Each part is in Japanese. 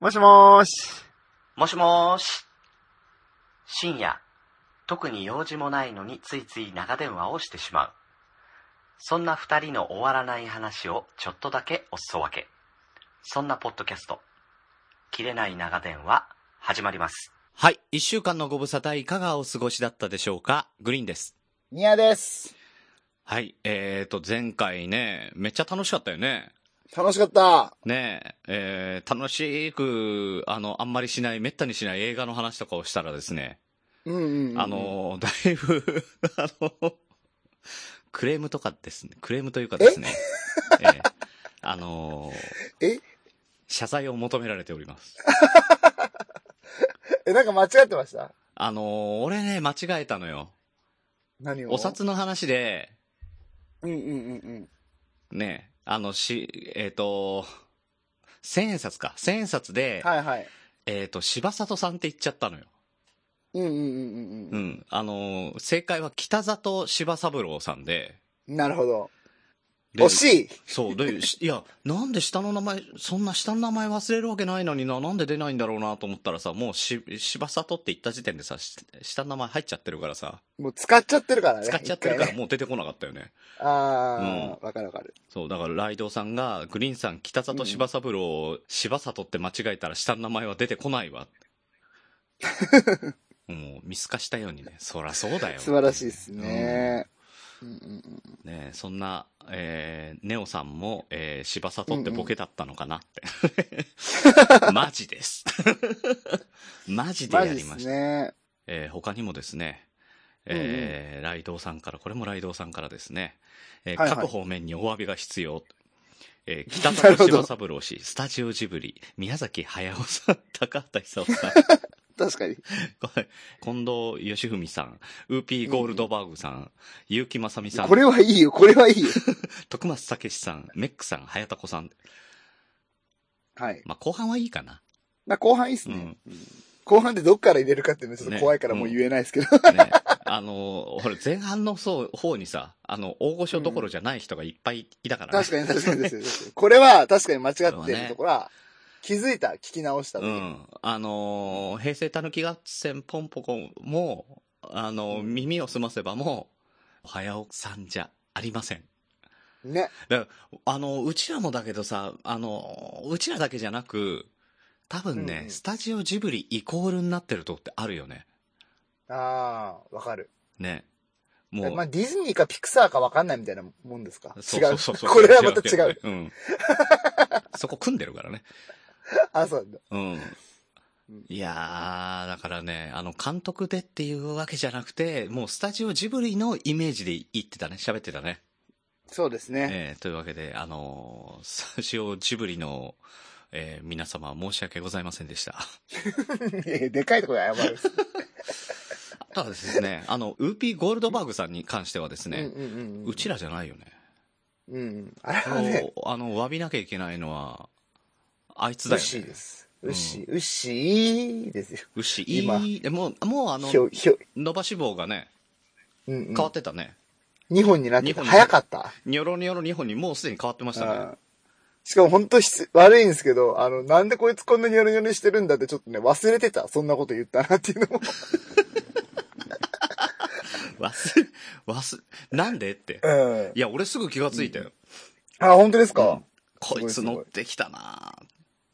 もしもーし。もしもーし。深夜、特に用事もないのについつい長電話をしてしまう。そんな二人の終わらない話をちょっとだけおすそ分け。そんなポッドキャスト、切れない長電話、始まります。はい。一週間のご無沙汰いかがお過ごしだったでしょうかグリーンです。ニアです。はい。えーと、前回ね、めっちゃ楽しかったよね。楽しかった。ねえ、えー楽しく、あの、あんまりしない、めったにしない映画の話とかをしたらですね、うんうん、うん。あ、のー、だいぶ、 あのー、クレームとかですね、クレームというかですね、ええあのー、え謝罪を求められております。え、なんか間違ってましたあのー、俺ね、間違えたのよ。何をお。札の話で、うんうんうんね、あの、し、えっ、と、千円札か。千円札うでん。、はいはい。えっ、と、柴里さんって言っちゃったのよ。うんうんうんうんううんん。あのー、正解は北里柴三郎さんで、。なるほど。で惜しい。そう、で、しいや、なんで下の名前、そんな下の名前忘れるわけないのにな、なんで出ないんだろうなと思ったらさ、もうし、柴里って言った時点でさ、し下の名前入っちゃってるからさ、もう使っちゃってるからね。使っちゃってるから一回ね。もう出てこなかったよね。あー、わかるわかる。そう、だからライドウさんが、グリーンさん、北里柴三郎を、柴里って間違えたら下の名前は出てこない わって。もう見透かしたようにね、そらそうだよ。素晴らしいですね。うんうんうん。ねえそんな、えーネオさんも、えー、柴里ってボケだったのかなって。 マジです。 マジでマやジでりすました。ね。えー他にもですね、えーライドウさんから、これもライドウさんからですね、えーはいはい各方面にお詫びが必要。 えー北里柴三郎氏、スタジオジブリ、宮崎駿さん、高畑久夫さん、 確かに。これ近藤義文さん、ウーピーゴールドバーグさん、結城正美さんこ、れはいいよ、これはいいよ。徳松武史さん、メックさん、早田子さん。はい。まあ、後半はいいかな。まあ、後半いいっすね。後半でどっから入れるかっていうのちょっと怖いからねもう言えないですけど。うん。ね。あの、ほら、前半のそう方にさ、あの、大御所どころじゃない人がいっぱいいたからね。確かに確かにですよ。確かにこれは確かに間違こっれてはねるところは、気づいた、聞き直した時。うん。あのー、平成たぬき合戦ポンポコも、あのー、うん耳を澄ませばも、早尾さんじゃありません。ね。あのー、うちらもだけどさ、あのー、うちらだけじゃなく、多分ね、うんうんスタジオジブリイコールになってるとこってあるよね。ああ、わかる。ね。もう。まあ、ディズニーかピクサーかわかんないみたいなもんですかそう違そううそうそう。これはまた違う。 う。ん。そこ組んでるからね。あ、そうなんだ。うんうん。いやー、だからね、あの、監督でっていうわけじゃなくて、もうスタジオジブリのイメージで言ってたね、喋ってたね。そうですね。えーというわけで、あのースタジオジブリの、えー皆様申し訳ございませんでした。 いやいやでかいところで謝る。あとはです ね、あの、ウーピーゴールドバーグさんに関してはですね、うんうんうんうん。うちらじゃないよね。うんうん。あれあはのね、、あの詫びなきゃいけないのは、あいつうだっよしーでね。す。うんうっしー、うっしーですよ。牛、今いい、えもう、もうあのひ、ょ、ひょ、伸ばし棒がね、うんうん変わっ。てたね。 2本になって二本た。になっ早てかった。ニョロニョロ2本にもうすでに変わってましたうねん。しかも本当しつ悪いんですけど、あの、なんでこいつこんなにヨロヨロしてるんだってちょっとね、忘れてた。そんなこと言ったなっていうのも。忘れ、忘れ、なんでって。うん。いや、俺すぐ気がついたよ。あ、本当ですか、こいつすごいすごい乗ってきたなぁ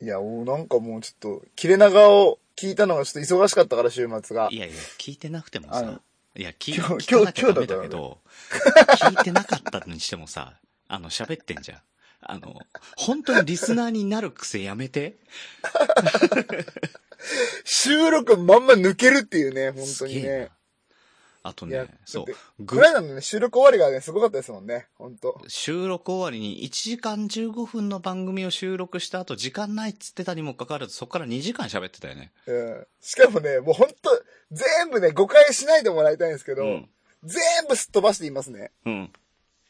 いや、おなんかもうちょっと、切れ長を聞いたのがちょっと忙しかったから、週末がい。やいや、聞いてなくてもあさの。いや、聞い今日聞かなきゃダメだ今け日だど、聞いてなか ったにしてもさ、あの、喋ってんじゃん。あの、本当にリスナーになる癖やめて。収録まんま抜けるっていうね、本当すげにえねな。。あといやね、そうだっ。グこの間のね、収録終わりがね、すごかったですもんね、本当収録終わりに1時間15分の番組を収録した後、時間ないっつってたにもかかわらず、そこから2時間喋ってたよね。うん。しかもね、もう本当全部ね、誤解しないでもらいたいんですけど、うん全部すっ飛ばして言いますね。うん。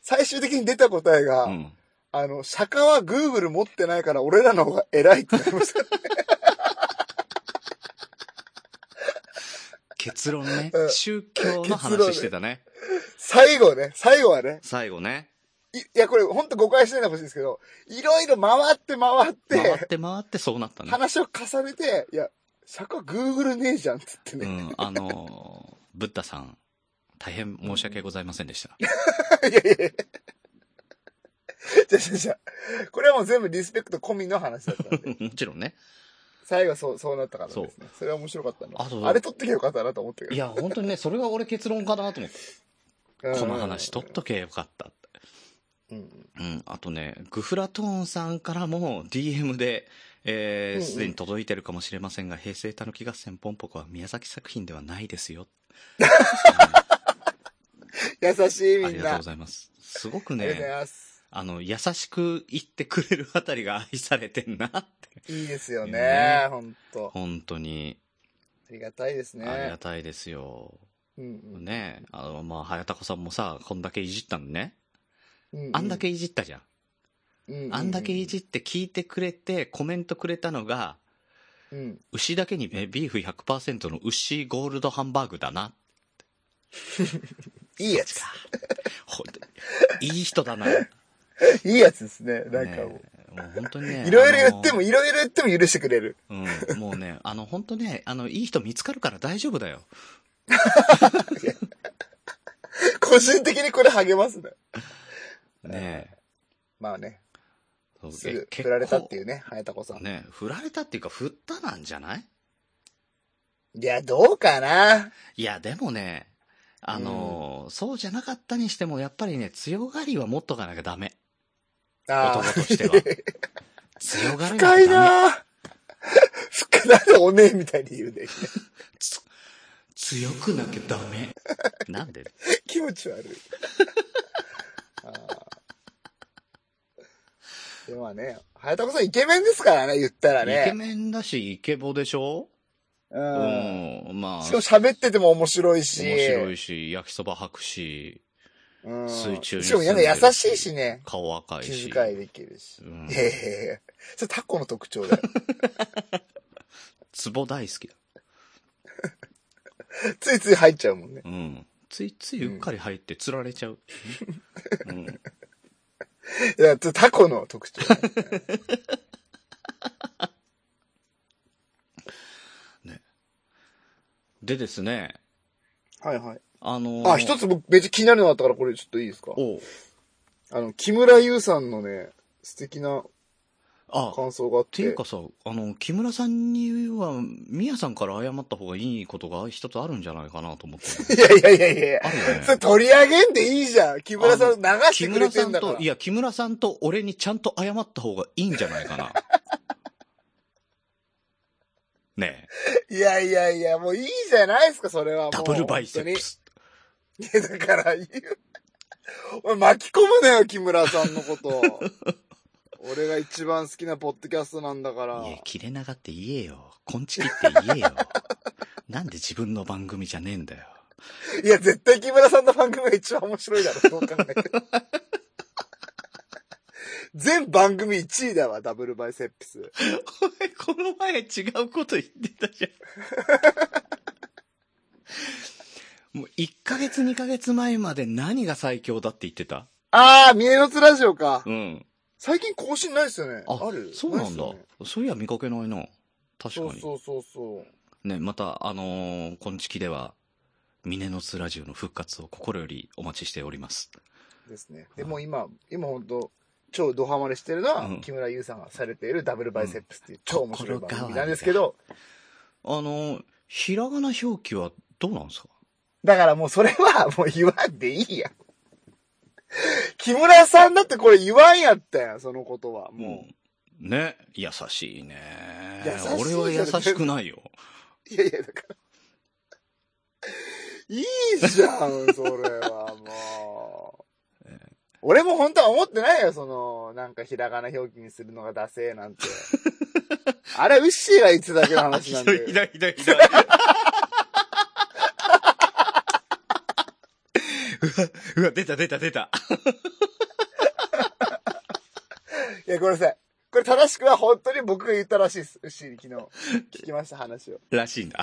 最終的に出た答えが、うん。あの、釈迦は Google 持ってないから俺らの方が偉いってなりました。 結論ねう。ん宗教の結論話ねしてたね。最後ね、最後はね、最後ね。いいや、これほんと誤解しないでほしいんですけど、いろいろ回って回回ってっ、て回ってそうなったね。話を重ねて、いや、尺は Google ねえじゃんっつってうね。ん、あのー、ブッダさん、大変申し訳ございませんでした。 いやいやいや。じゃじゃじゃこれはもう全部リスペクト込みの話だったんで。 もちろんね。最後はそう、そうなったからですね。それは面白かったな。あそうあれ撮ってきゃよかったなと思っている。や、本当にね、それが俺結論かなと思って。うんこの話取っとけばよかったって。うん。うん、あとね、グフラトーンさんからも DM で、えーうんうんすでに届いてるかもしれませんが、平成たぬき合戦ポンポコは宮崎作品ではないです よ。優しいうんあみりがんとうなご。ざいます。すごくありがとうございね、ます。あの、優しく言ってくれるあたりが愛されてんなって。いいですよねね、ほんと。本当に、ありがたいですありねが。たいですよ。うんうんねあの、まあ、早高さんもさ、こんだけいじったのね。ううあんだ、けいじったじゃん。ううあんだけい、じって聞いてくれて、コメントくれたのが、うん、牛だけにねビーフ100%の牛ゴールドハンバーグだな。いいやつ。ほんといい人 だな。いいやつですね、なんかねももう本当にね。う。いろいろ言っても、いい。いろいろ言っても許してくれる。うん、もうね、あの、本当ね、あの、いい人見つかるから大丈夫だよ。個人的にこれ励ますね。ねまあね、そうすぐえ結振られたっていううね、早田子さん。ね、振られたっていうか、振ったなんじゃないいや、どうかないや、でもね、あの、そうじゃなかったにしても、やっぱりね、強がりは持っとかなきゃダメ。あ男あとして は。強がりは深いダメ。な ぁ。深いなんでおねえみたいに言うね。 つ強くなきゃダメ。なんで気持ち悪い。あーでもまあね、早田子さんイケメンですからね、言ったらね。イケメンだし、イケボでしょうん。うん。まあ、しかも面喋ってても面白いし。白いし、焼きそば吐くし、うん。水中にしかもやだ住んで優るしいしね。顔赤い気し。遣いできるし。うんいやいやいやそれタコの特徴だよ。ツボ大好きだ。ついつい入っちゃうもんね。うん。ついついうっかり入って釣られち ゃう。うん。いや、つタコの 特徴だよ。でですね、はいはい。あのあ、一つ。つ僕めっちゃ気になるのあったからこれちょっといいですかおうあの、木村優さんのね、素敵なあ、っ感想があってて。いうかさ、あの、木村さんには、みやさんから謝った方がいいことが一つあるんじゃないかなと思って。いやいやいやいやあるよね それ取り上げんでいいじゃん。木村さん流木してくれ村てさんんだから。と、いや、木村さんと俺にちゃんと謝った方がいいんじゃないか な。ねえ、いやいやいや、もういいじゃないですか、それはもう。ダブルバイセップス。本当に。いや、だから言う。おい巻き込むなよ、木村さん のこと。俺が一番好きなポッドキャストなんだから。いや、切れ長って言えよ。こんちきって言えよ。なんで自分の番組じゃねえんだよ。いや、絶対木村さんの番組が一番面白いだろ、そう考え て。全番組1位だわ、ダブルバイセップス。おい この前違うこと言ってたじゃ ん。もう1ヶ月2ヶ月前まで何が最強だって言ってたあー、三重の津ラジオか。うん。最近更新ないですよね。ああるそうなんだいっすよね。そういや見かけないな。確かそに。うそうそうそう。ね、また、あのー、こんちきでは、峰の津ラジオの復活を心よりお待ちしております。ですね。でもう今、今本当超ドハマりしてるのは、うん木村優さんがされているダブルバイセップスっていう超面白い心番変わり組なんですけど、あのー、ひらがな表記はどうなんですかだからもうそれはもう言わんでいいやん。木村さんだってこれ言わんやったやん、そのことは。もうん。ね、優しいね優しいじゃん俺は優しくないよ。う。いやいや、だから。いいじゃん、それはもう。俺も本当は思ってないよ、その、なんかひらがな表記にするのがダセーなん て。あれ、ウッシーが言ってただけの話なんで。どいひどいひどい。 うわ、うわ、出た出た出た。いや、ごめんなさい。これ正しくは本当に僕が言ったらしいです。牛に昨日。聞きました、話を。らしいんだ。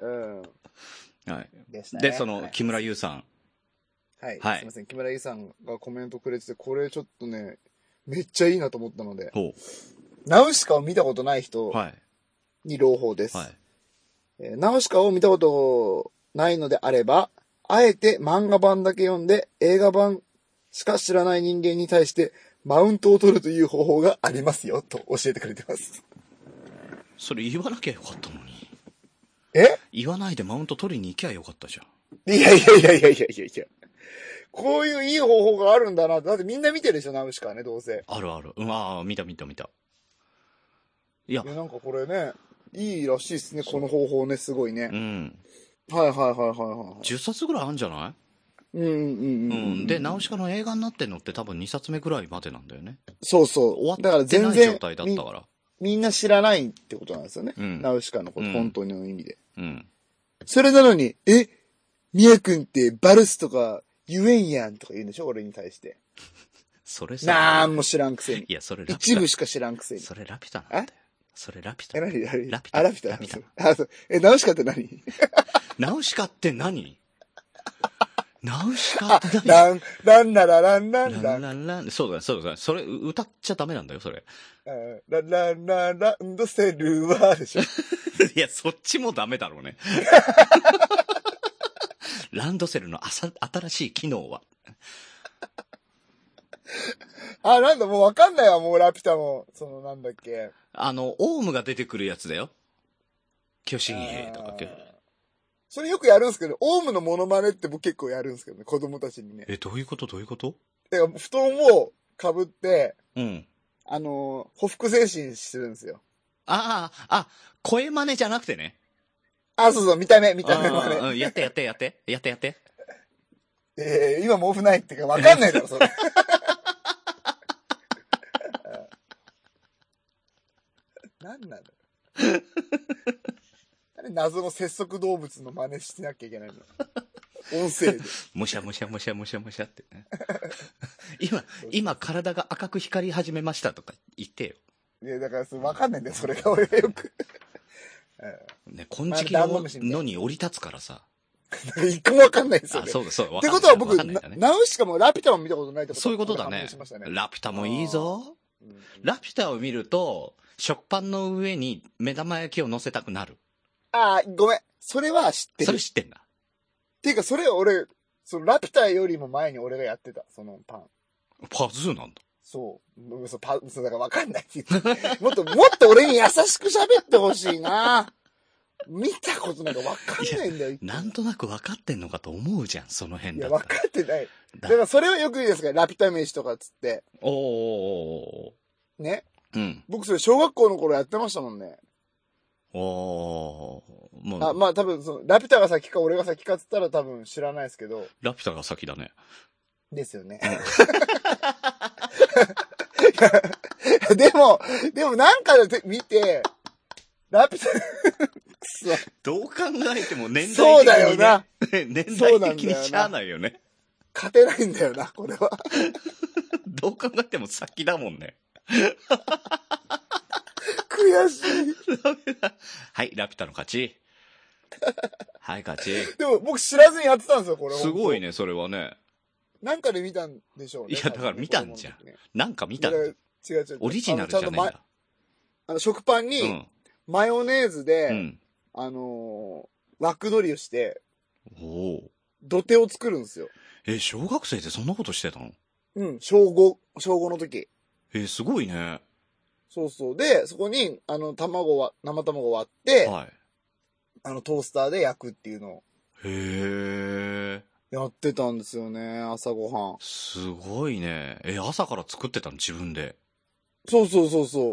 うん。はい。でしたねで、その、木村優さん。はい。はいすいません。木村ゆさんがコメントくれてて、これちょっとね、めっちゃいいなと思ったので、ほ。ナウシカを見たことないう人はい。に朗報です。はい。えーナウシカを見たことないのであれば、あえて漫画版だけ読んで映画版しか知らない人間に対してマウントを取るという方法がありますよ、と教えてくれてます。それ言わなきゃよかったのに。え言わないでマウント取りに行きゃよかったじゃん。いやいやいやいやいやいやいや。こういういい方法があるんだな。だってみんな見てるでしょ、ナウシカはね、どうせ。あるある。うん、ああ、見た見た見た。いやい、や、なんかこれね、いいらしいですね、この方法ね、すごいねう。ん。はいはいはいはいはい。 10冊ぐらいあるんじゃないうんうんう。うんうんん。で、ナウシカの映画になってんのって多分2冊目ぐらいまでなんだよね。そうそう。終わだからって全ない状然態だっみたから。みんな知らないってことなんですよね。うんナウシカのこと、うん本当の意味で。うん。それなのに、えミヤ君ってバルスとか言えんやんとか言うんでしょ俺に対して。それなさー、んも知らんくせに。いや、それラピ一ュ部しか知らんくせタ。に。それラピュタなんだよ。それラピュタえ、。何何ラピュタあ、ラピュタ。ラピュあ、そう。え、ナウシカって何ナウシカって 何ナウシカあって、何ラン、ランララランランラランン。ランラン。そうだ、そうだ、それう歌っちゃダメなんだよ、そ れ。うんランランランランドセルはでしょ。いや、そっちもダメだろ うね。ランドセルのあさ新しい機能は。あ、なんだ、もうわかんないわ、もうラピュタも。その、なんだっけ。あの、オウムが出てくるやつだよ。巨神兵とかってあー。それよくやるんですけど、オウムのモノマネって僕結構やるんですけどね、子供たちにね。え、どういうことどういうことだから布団を被って、うん。あのー、匍匐前進するんですよ。ああ、あ、声真似じゃなくてね。あ、そうそう、見た目、見た目あまーね。うんやってやってやって。やってやって。えー、今毛布ないってか、わかんないだろ、そ れ。なんなのなんで謎の節足動物の真似しなきゃいけないの音声で。むしゃむしゃむしゃむしゃむしゃって ね。今、今体が赤く光り始めましたとか言ってよ。いや、だからそれ、わかんないんだよ、それが俺がよく。 ね、金色まあダンゴムシみたいなのに降り立つからさ。だから一個もわかんないですよあ、ね。そうだそうだ。っわてかんないことは僕、わかんないんなだねナウシカもラピュタも見たことないってことそういうことだ判ね明しました。ラピュタもいいぞ。うんラピュタを見ると、食パンの上に目玉焼きを乗せたくなる。あーごめん。それは知ってそる。れっ知ってんだ。ていうか、それ俺、そのラピュタよりも前に俺がやってた、そのパン。パズーなんだ。そう。そう、パン、そう、だからわかん ないって言って。もっと、もっと俺に優しく喋ってほしいな。見たことなんかわかんないんだよ。なんとなく分かってんのかと思うじゃん、そのい辺だったや、わらかってない。だだからそれはよく言うですから、ラピュタ飯とかっつって。おーおーおーおね。ーうん。僕それ小学校の頃やってましたもんね。おおーもう、あまあ多分その、ラピュタが先か俺が先かっつったら多分知らないですけど。ラピュタが先だね。ですよね。 でも、でもなんかで見て、ラピュタ、くそどう考えても年代的に、ね、そうだよな。 年そうな代ん的だよになしゃあないよね。 勝てないんだよな、これは。どう考えても先だもんね。悔しい。はい、ラピュタの勝ち。 はい、勝ち。でも僕知らずにやってたんですよ、これ。すごいね。ね、それはね。なんかで見たんでしょうね。いやだから見たんじゃん多分ねなんか見子供たの時ね。だから違う違う違う。オリジナルじゃねえんあのちゃんとまだ。あの食パンうにん。マヨネーズうで、ん。あのー、枠取りをして、おお。土手を作るんですよ。え、小学生でそんなことしてたのうん、小5、小5の時。えーすごいね。そうそう。で、そこに、あの、卵は、生卵を割って、はい。あの、トースターで焼くっていうのをへえ、やってたんですよね、朝ごはん。すごいね。え、朝から作ってたの自分で。そうそうそうそう。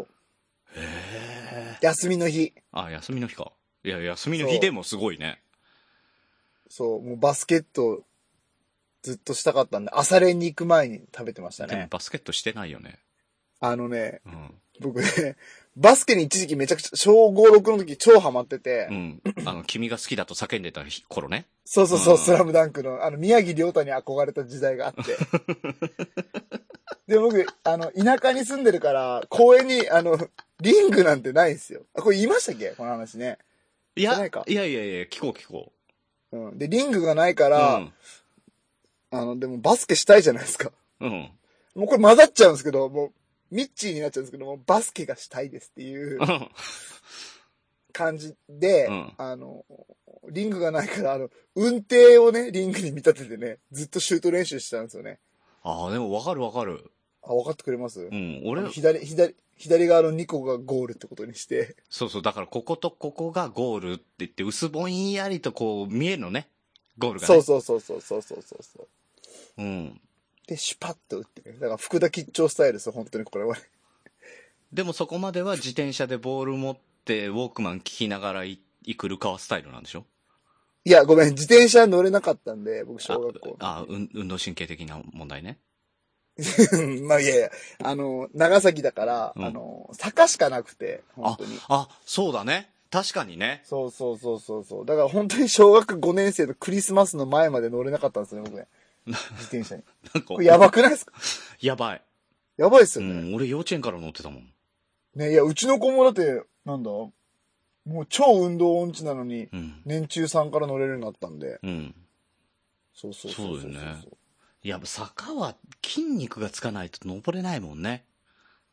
へえ。休みの日。あ、休みの日か。いや、休みの日でもすごいね。そう、もうバスケット、ずっとしたかったんで、朝練に行く前に食べてましたでもね。バスケットしてないよね。あのね、うん。僕ね、バスケに一時期めちゃくちゃ、小5、6の時超ハマってて、うん。あの、君が好きだと叫んでた日頃ね。そうそうそう、うんスラムダンクの、あの、宮城亮太に憧れた時代があって。で、僕、あの、田舎に住んでるから、公園に、あの、リングなんてないんですよ。あ、これ言いましたっけこの話ね。いしてや、ないいかやいやいや、聞こう聞こうん。で、リングがないかう。ら、うんあの、でもバスケしたいじゃないですか。うん。 もうこれ混ざっちゃうんですけど、もう、ミッチーになっちゃうんですけど、もうバスケがしたいですっていううん感じで、うんあの、リングがないから、あの、運転をね、リングに見立ててね、ずっとシュート練習してたんですよね。ああ、でもわかるわかる。あ、分かってくれます、うん。俺、左、左、左側の2個がゴールってことにして、そうそう、だからこことここがゴールって言って、薄ぼんやりとこう見えるのね。ゴールがね。そうそうそうそうそうそうそうそう。うん。で、シュパッと打ってね。だから福田吉兆スタイルですよ、本当にこれは。でもそこまでは自転車でボール持って、ウォークマン聞きながらい行くルカワスタイルなんでしょいや、ごめん、自転車乗れなかったんで、僕、小学校。ああ、うん運動神経的な問題ね。うん まあいやいや、あの、長崎だから、うんあの、坂しかなくて、本当に。あ、そうだね。確かにね。そうそうそうそうそう。だから本当に小学5年生のクリスマスの前まで乗れなかったんですよね、僕ね。自転車に。なんかこれやばくないですかやばい。やばいっすうよね。ん、俺幼稚園から乗ってたもん。ね、いや、うちの子もだって、なんだもう超運動音痴なのに、うん。年中さんから乗れるようになったんで。うん。そうそうそうそうだよねいや、坂は筋肉がつかないと登れないもんね。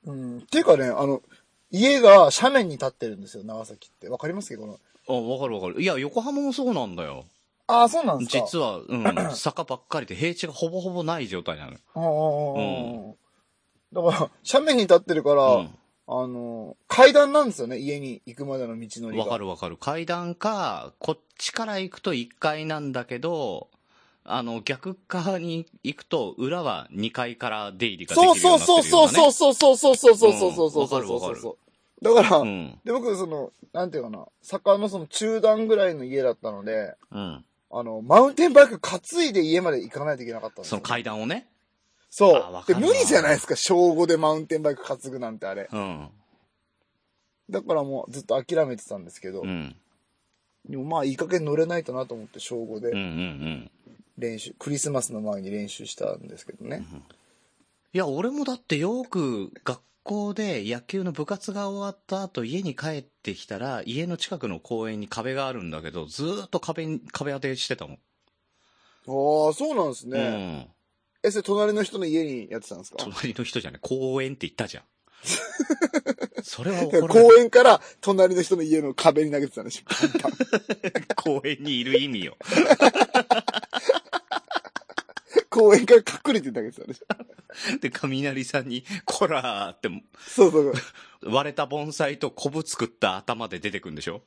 うん。ていうかね、あの、家が斜面に立ってるんですよ、長崎って。わかりますけどこの。あ、わかるわかる。いや、横浜もそうなんだよ。ああ、そうなんですか。実は、 うん、坂ばっかりで平地がほぼほぼない状態なのよ。ああああああだから、斜面に立ってるから、あの、階段なんですよね、家に行くまでの道のうりん。が。わかるわかる。階段か、こっちから行くと1階なんだけど、あの、逆側に行くと、裏は2階から出入りができるよそううになっそうてるそうそうそううそうそうそうそうそうそうそうそううんわかるわかるだから、ようなね。で、僕、その、なんていうかな、坂のその中段ぐらいの家だったので、うん。うん。あの、マウンテンバイク担いで家まで行かないといけなかったんですそよの階段をね。あそわう。かで、るな無理じゃないですか、小5でマウンテンバイク担ぐなんてあれ。うん。だからもうずっと諦めてたんですけど、うん。でもまあいい加減乗れないとなと思って小5うんうんうん。で練習、クリスマスの前に練習したんですけどね。いや、俺もだってよく学校で野球の部活が終わった後家に帰ってきたら家の近くの公園に壁があるんだけどずーっと壁に、壁当てしてたもん。ああ、そうなんですね。うん。え、それ隣の人の家にやってたんですか隣の人じゃない、公園って言 ったじゃん。それはだ怒からられ公園から隣の人の家の壁に投げてたんでしょ。 パンパンる公園にいる意味よ。公園から隠れて投げてたんでしょ。で、雷さんに、こらーって、そうそう。割れた盆栽とコブ作った頭で出てくんでしょ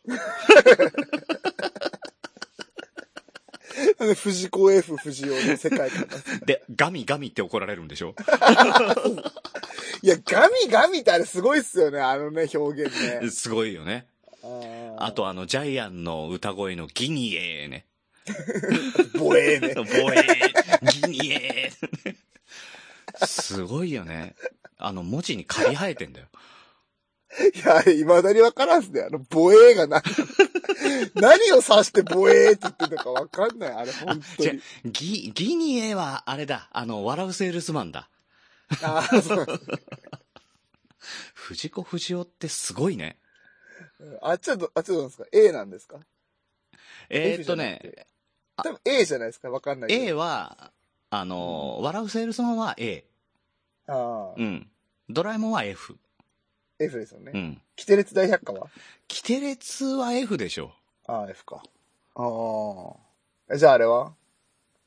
あの藤子 F 不二雄の世界観。で、ガミガミって怒られるんでしょいや、ガミガミってあれすごいっすよね、あのね、表現ね。すごいよね。ああとあの、ジャイアンの歌声のギニエーね。ー、ボエーね。ボエー、ギニエー。すごいよね。あの、文字に刈り生えてんだよ。いや、あれ、未だにわからんっすね。あの、ボエーが何、 何を指してボエーって言ってるのかわかんない。あれ、本当じゃに。ギ、ギニエーはあれだ。あの、笑うセールスマンだ。あーそう藤子不二雄ってすごいね。あっちはど、あっちはどうなんですか ?A なんですかえー、っと F じゃね、なくて多分 A じゃないですかわかんないけど。 A は、あの、笑うセールスマンは A。ああ、うん。ドラえもんは F。 F ですよね。うん。キテレツ大百科はキテレツは F でしょ。ああ、F か。ああ。じゃああれは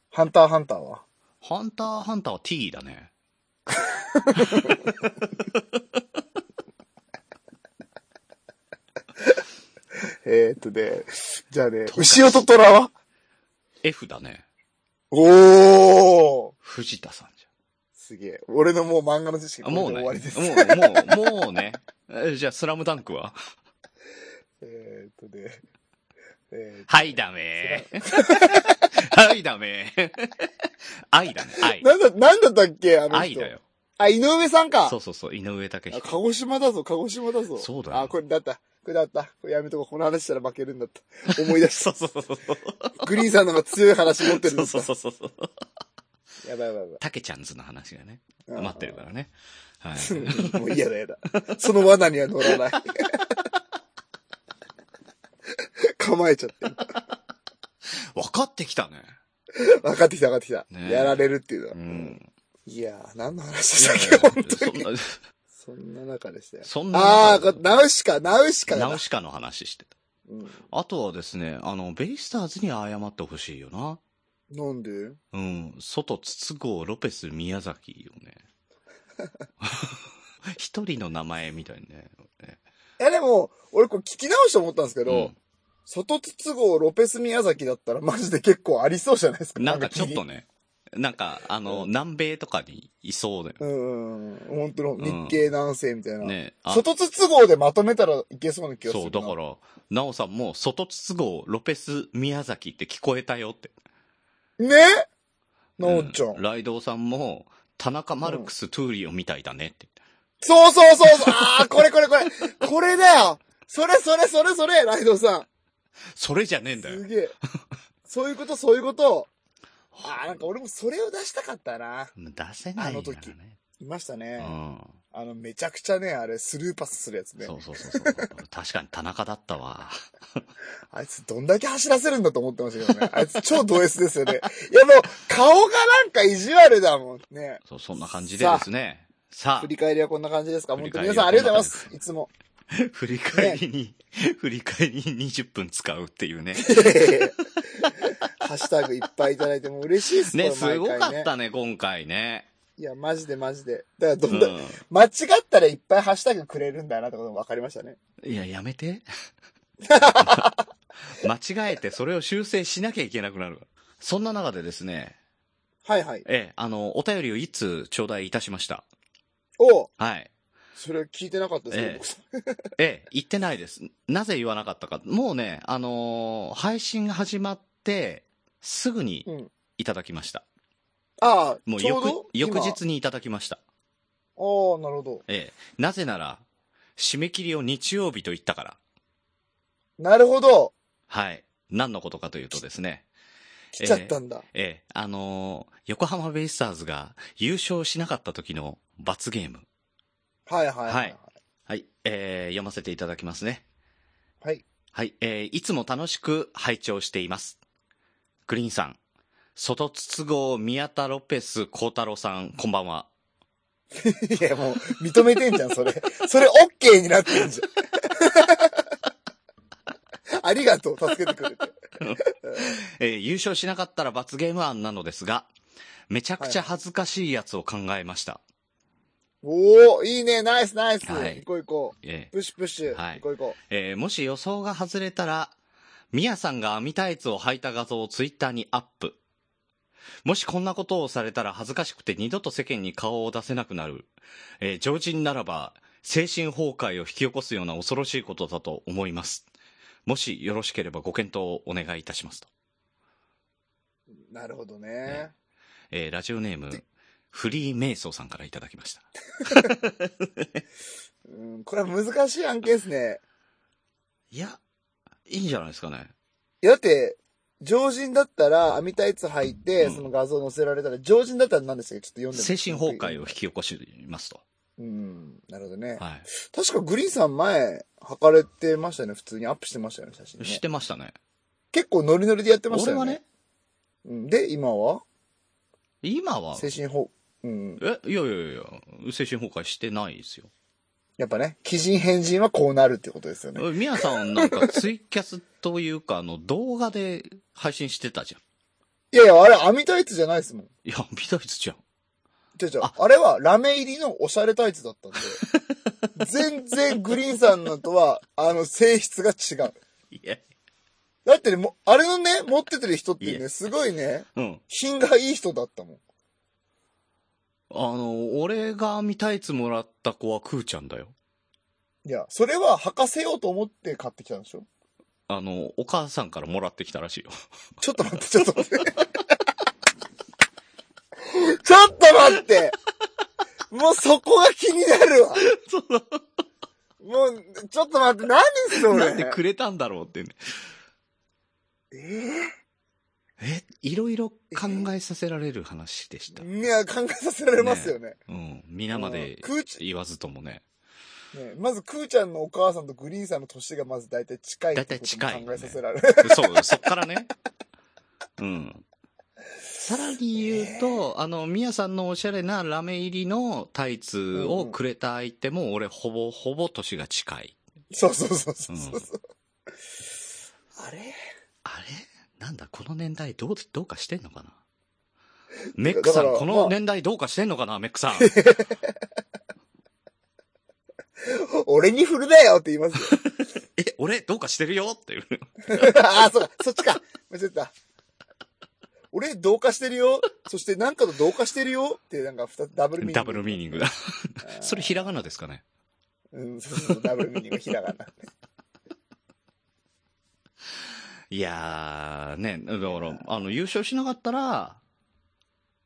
ハンターハンターはハンターハンターは T だね。えー、っとね、じゃあね、樫牛尾と虎は F だね。おー藤田さんじすげえ。俺のもう漫画の知識ゃん。あこれもうで終ね。わりです。もう、もう、もうね。えじゃあ、スラムダンクはえー、っとね、 えはい、ダメ。はい、ダメ。愛だね、愛ー、。なんだ、なんだったっけあの人。愛だよ。あ、井上さんかそうそうそう、井上武あ鹿彦。児島だぞ、鹿児島だぞ。そうだよあ、これだった。これだった。これやめとこう。この話したら負けるんだっ た。思い出しそうそうそうそう。た。グリーンさんの方が強い話持ってるんそうだっそた。うそうそう。やばいやばいやばい。たけちゃんズの話がね、うん待ってるからね。はい。もう嫌だ嫌だ。その罠には乗 らない。構えちゃってる。分かってきたね。分かってきた分かってきた。ねえやられるっていうのは。うん。いやー、何の話だったっけ、本当に。そんな中でしたよ。そんな、そんなあ中ー、ナウシカ、ナウシカだナなウ。シカの話してた。うんあとはですね、あの、ベイスターズに謝ってほしいよな。なんでうん、外筒香ロペス宮崎よ ね。一人の名前みたいね。いやでも、俺これ聞き直して思ったんですけど、うん外筒号ロペス宮崎だったらマジで結構ありそうじゃないですか。なんかちょっとね。ね、なんかあの、南米とかにいそうだようん、うん、本当のん日系南西みたいな。ね。あ外筒号でまとめたらいけそうな気がするそう、な。だから、ナオさんも、外筒号ロペス宮崎って聞こえたよって。ねなおちゃん。うライドウさんも、田中マルクス・トゥーリオみたいだねって。そうそうそうそうあー、これこれこれこれだよそれそれそれそれライドさんそれじゃねえんだすよ。げえ。そういうこと、そういうこと。あー、なんか俺もそれを出したかったな。出せないからあのね。いましたうね。ん。あの、めちゃくちゃね、あれ、スルーパスするやつね。そうそうそうそう。確かに田中だったわ。あいつどんだけ走らせるんだと思ってましたけどね。あいつ超ド S ですよね。いやもう、顔がなんか意地悪だもんね。そう、そんな感じでですね。さ振り返りはこんな感じですか本当に振り返りは皆さんありがとうございますこんな感。いつも。あ、振り返りに、振り返りに20分使うっていうね。 ハッシュタグいっぱいいただいてもう嬉しいっすね、これすご毎か回っねたね、今回ね。いや、マジでマジで。だからどうんどん、ん。間違ったらいっぱいハッシュタグくれるんだなってことも分かりましたね。いや、やめて。 間違えて、それを修正しなきゃいけなくなるわそんな中でですね、はいはい。ええ、あの、お便りを一通頂戴いたしました。おうはい。それ聞いてなかったですね、ええええ、言ってないです。なぜ言わなかったか。もうね、あのー配信が始まって、すぐに僕うん。いただきました。ああ、もうちょうど翌、翌今日にいただきました。ああ、なるほど。ええ。なぜなら、締め切りを日曜日と言ったから。なるほど。はい。何のことかというとですね。来ちゃったんだ。ええ、あのー横浜ベイスターズが優勝しなかった時の罰ゲーム。はいはいはい。はいはい。えー読ませていただきますね。はい。はい。えーいつも楽しく拝聴しています。グリーンさん、外筒号宮田ロペス幸太郎さん、こんばんは。いや、もう、認めてんじゃん、それ。それ、オッケーになって んじゃん。ありがとう、助けてくれて。えー優勝しなかったら罰ゲーム案なのですが、めちゃくちゃ恥ずかしいやつを考えました。おー、いいね、ナイス、ナイス。はいい、行こう行こえう。プッシュプッシュ。はい行こう行ーこえーもし予想が外れたら、ミヤさんが網タイツを履いた画像をツイッターにアップ。もしこんなことをされたら恥ずかしくて二度と世間に顔を出せなくなる。えー常人ならば、精神崩壊を引き起こすような恐ろしいことだと思います。もしよろしければご検討をお願いいたしますと。う。なるほどねね。えーラジオネーム、フリーメイソーさんからいただきました。うん、これは難しい案件ですね。いや、いいんじゃないですかね。いやだって、常人だったら、網タイツ履いて、うんその画像載せられたら、常人だったら何でしたっけちょっと読んでも精神崩壊を引き起こしますと。うん、なるほどね。は確かグリーンさん前、履かれてましたよね。普通にアップしてましたよね、写真、い。ね。してましたね。結構ノリノリでやってました俺よね。はね、うん。で、今は今は、精神法。うん。え、いやいやいや、精神崩壊してないですよ。やっぱね、鬼人変人はこうなるってことですよね。えミヤさんなんかツイキャスというか、あの、動画で配信してたじゃん。いやいや、あれ、網タイツじゃないですもん。いや、ビタイツじゃん。ちょちょあ、あれはラメ入りのおしゃれタイツだったん で。全然グリーンさんのとは、あの、性質が違う。いや、だってね、もあれのね、持っててる人っていね、えすごいね、うん。品がいい人だったもん。あの、俺がミタイツもらった子はクーちゃんだよ。いや、それは履かせようと思って買ってきたんでしょあの、お母さんからもらってきたらしいよ。ちょっと待って、ちょっと待って。ちょっと待ってもうそこが気になるわもう、ちょっと待って、何そなんでれくれたんだろうってね。え、いろいろ考えさせられる話でした。いや、考えさせられますよね。うん。皆までクーち言わずともね。ねまず、クーちゃんのお母さんとグリーンさんの年がまず大体近いってこと 大も体近いよね考えさせられる。そう、そっからね。うん。さらに言うと、あの、宮さんのおしゃれなラメ入りのタイツをくれた相手も、俺ほぼほぼ年が近い。そうそうそうそううんそう。あれあれなんだ、この年代どう、どうかしてんのかなメックさだかん、らこまあの年代どうかしてんのかな、メックさ ん。俺に振るなよって言いますよ。え、俺どうかしてるよっていう。 あ、そうか、そっちか。間違えた。俺、同化してるよ。そして、なんかと同化してるよって、なんか、二つ、ダブルミーニング。ダブルミーニングだ。それひらがなですかね。うん、そうそうそう、ダブルミーニング、ひら がな。いやー、ね、だから、あの、優勝しなかったら、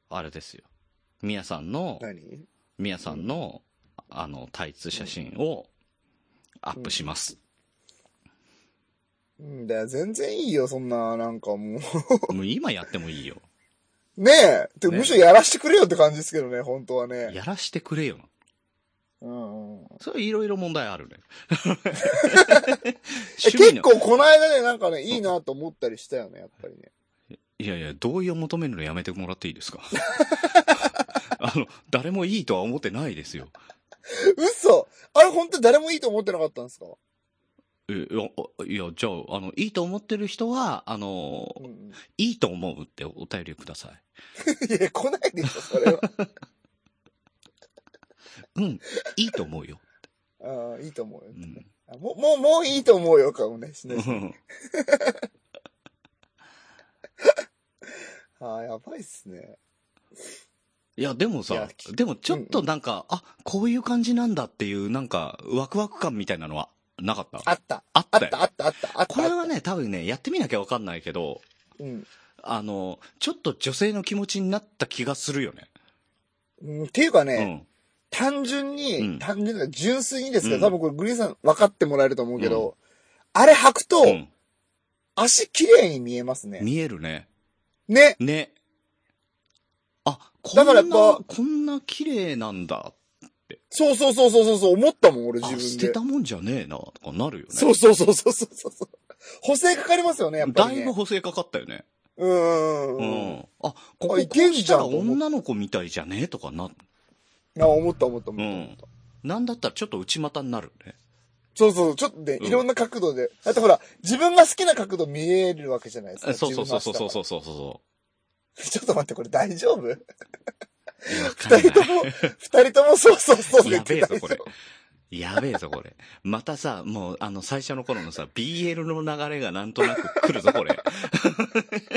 あれですよ。宮さんの、何宮さんの、あの、タイツ写真をアップします。うんだよ、全然いいよ、そんな、なんかももう今やってもいいよ。う。ねえてかねむしろやらしてくれよって感じですけどね、本当 はね。やらしてくれよな。うんうん、えそれいろいろ問題あ るね。趣味結の構、この間ね、なんかね、いいなと思ったりしたよね、やっぱりね。 いやいや、同意を求めるのやめてもらっていいですかあの、誰もいいとは思ってないですよ。嘘あれ、本当に誰もいいと思ってなかったんですかえいや、あいやじゃあ、あの、いいと思ってる人は、あの、うん うん。いいと思うってお便りください。いや、来ないでしょ、それは。うん、いいと思うよ。ああ、いいと思うよう。ん。あもう、もう、もういいと思うよ、かもね、しないし。ああ、やばいっすね。 いや、でもいさや、でもちょっとなんか、あ、こういう感じなんだっていう、なんか、ワクワク感みたいなのはなかったあった。あったあっよた、あった、あった、あった。これはね、多分ね、やってみなきゃわかんないけど、うん。あの、ちょっと女性の気持ちになった気がするよね。うん。っていうかね、うん。単純に、うん単純に、純粋にですけど、うん多分これグリーンさん分かってもらえると思うけど、あれ履くと、うん足綺麗に見えますね。見えるね。ね。ね。あ、こんな、だからやっぱこんな綺麗なんだ。そうそうそうそうそうそう、思ったもん、俺あ捨自、分てで。たもんじゃねえな、とかなるよね。そうそうそうそうそうそう。補正かかりますよね、やっぱだり、いね。ぶ補正かかったよね。ぶ。うんううんうん。ん。あ、こここあういけんしじゃたんらと思って女の子みたいじゃねえとかな。あ、思った思った思った思った。なんだったらちょっと内股になるね。そうそう、ちょっとね、うんいろんな角度で。だってほら、自分が好きな角度見えるわけじゃないですそうか。 そうそうそうそうう。そうそうそちょっと待って、これ大丈夫う。いやわかんな二い人とも、二人ともそうそうそうって言やべってえぞ、たこれ。やべえぞ、これ。またさ、もう、あの、最初の頃のさ、BL の流れがなんとなく来るぞ、こ れ。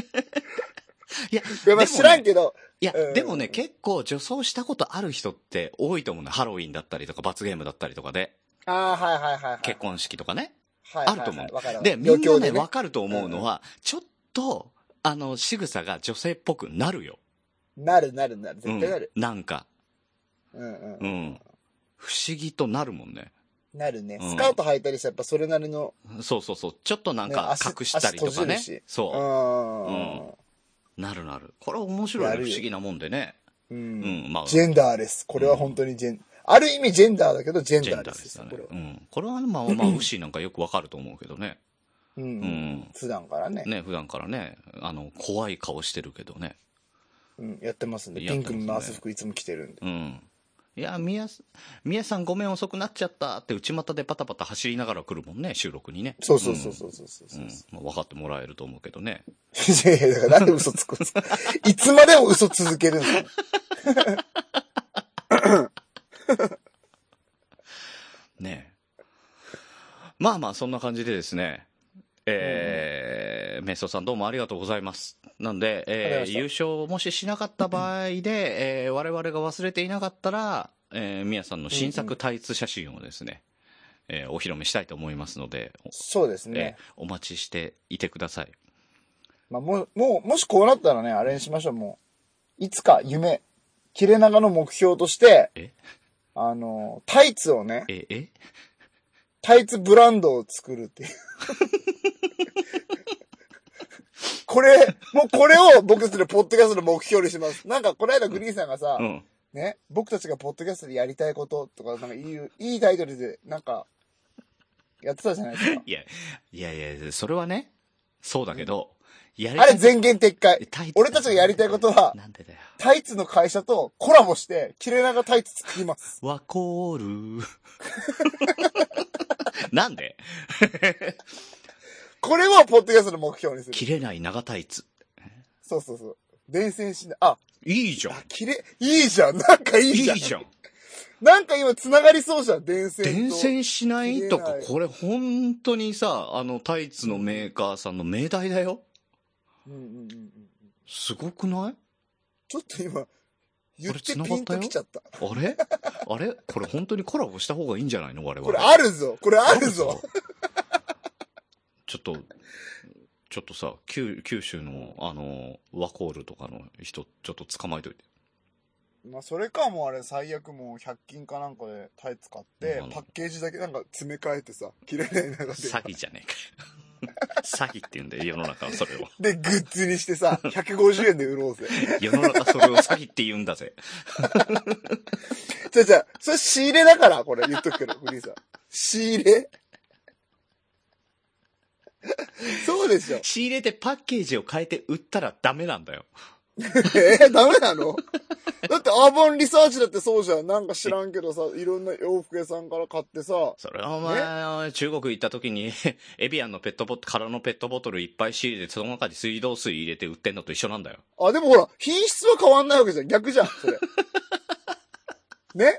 いや、いや、まあでもね知らんけど、いやう、んでもね、結構女装したことある人って多いと思うの。ハロウィンだったりとか、罰ゲームだったりとかで、ああ、はいはいはい、はい。結婚式とかね。はいはいあはい、ると思うわかるわで、みん余興なでね、ねわかると思うのは、ちょっと、あの、仕草が女性っぽくなるよ。なるなるなる。う絶ん対なる。。なんか、うんうん。うん。不思議となるもんね。なるね。うんスカート履いたりしたらやっぱそれなりの。そうそうそう。ちょっとなんねか足隠したりとか足閉ねじるし。そう。うん。なるなる。これ面白ないね。るよ不思議なもんでね。う。うんん、まあ、ジェンダーレス。これは本当にジェン、ある意味ジェンダーだけど、ジェンジェダンーレダースでですすよよ、ねこれは。。うん。これはまあまあ、ウッシーなんかよくわかると思うけどね。う。うんん。普段からね。ね、普段からね、あの、怖い顔してるけどね。うん。やってますんで。やっピてますねンクのナース服いつも着てるんで。うん。いや、宮さん、宮さんごめん遅くなっちゃったって内股でパタパタ走りながら来るもんね、収録にね。そうそうそうそうそうそううそう。ん。うんまあ、分かってもらえると思うけどね。いやいや、だからなんで嘘つくんですかいつまでも嘘続けるんですかねえまあまあ、そんな感じでですね。えーメイソーさんどうもありがとうございます。なんで、あえーりがとうござい優ま勝もししなかった場合で、えー我々が忘れていなかったら、えー、宮さんの新うんう作んタイツ写真をですね、えーお披露目したいと思いますので、おそうですねえ。ーお待ちしていてください。まあ、もう、もう、もしこうなったらね、あれにしましょう、もう。いつか夢、切れ長の目標としてえ、あの、タイツをね、え、えタイツブランドを作 るっていう。これ、もうこれを僕たちのポッドキャストの目標にします。なんか、この間グリーンさんがさ、うん。ね、僕たちがポッドキャストでやりたいこととか、なんかいい、いいタイトルで、なんか、やってたじゃないですか。いや、いやいや、それはね、そうだけど、やあれ全言撤回。タイツ俺たちがやりたいことはなんでだよ。タイツの会社とコラボして、切れ長タイツ作ります。ワコール。なんでこれをポッドキャストの目標にする。切れない長タイツ。そうそうそう。伝染しない。あ、いいじゃん。あ切れ、いいじゃん。 なんかいいいいじじゃん。ゃん。なんか今繋がりそうじゃん、伝染と。伝染しないとか切れな、いこれ本当にさ、あのタイツのメーカーさんの命題だよ。うんうんうんうん。すごくないちょっと今、言これって繋がったよピンときちゃった。あれあれこれ本当にコラボした方がいいんじゃないの我々。これあるぞ。これあるぞ。。ちょっと、ちょっとさ、九九州の、あの、ワコールとかの人、ちょっと捕まえといて。まあ、それかもうあれ、最悪もう100均かなんかでタイツ買ってうん、パッケージだけなんか詰め替えてさ、切れない長で。詐欺じゃねえか。詐欺って言うんだよ、 世の中はそれを。で、グッズにしてさ、150円で売ろうぜ。世の中それを詐欺って言うんだぜ。じゃあじゃあそれ仕入れだから、これ言っとくけど、フ リーさん。仕入れそうでしょ。 仕入れてパッケージを変えて売ったらダメなんだよ。えー、ダメなのだってアーバンリサーチだってそうじゃん。なんか知らんけどさ、いろんな洋服屋さんから買ってさ、それはお前、中国行った時に、 エビアンのペットボトル、空のペットボトルいっぱい仕入れて、その中に水道水入れて売ってんのと一緒なんだよ。あ、でもほら、品質は変わんないわけじゃん。逆じゃん、それ。ね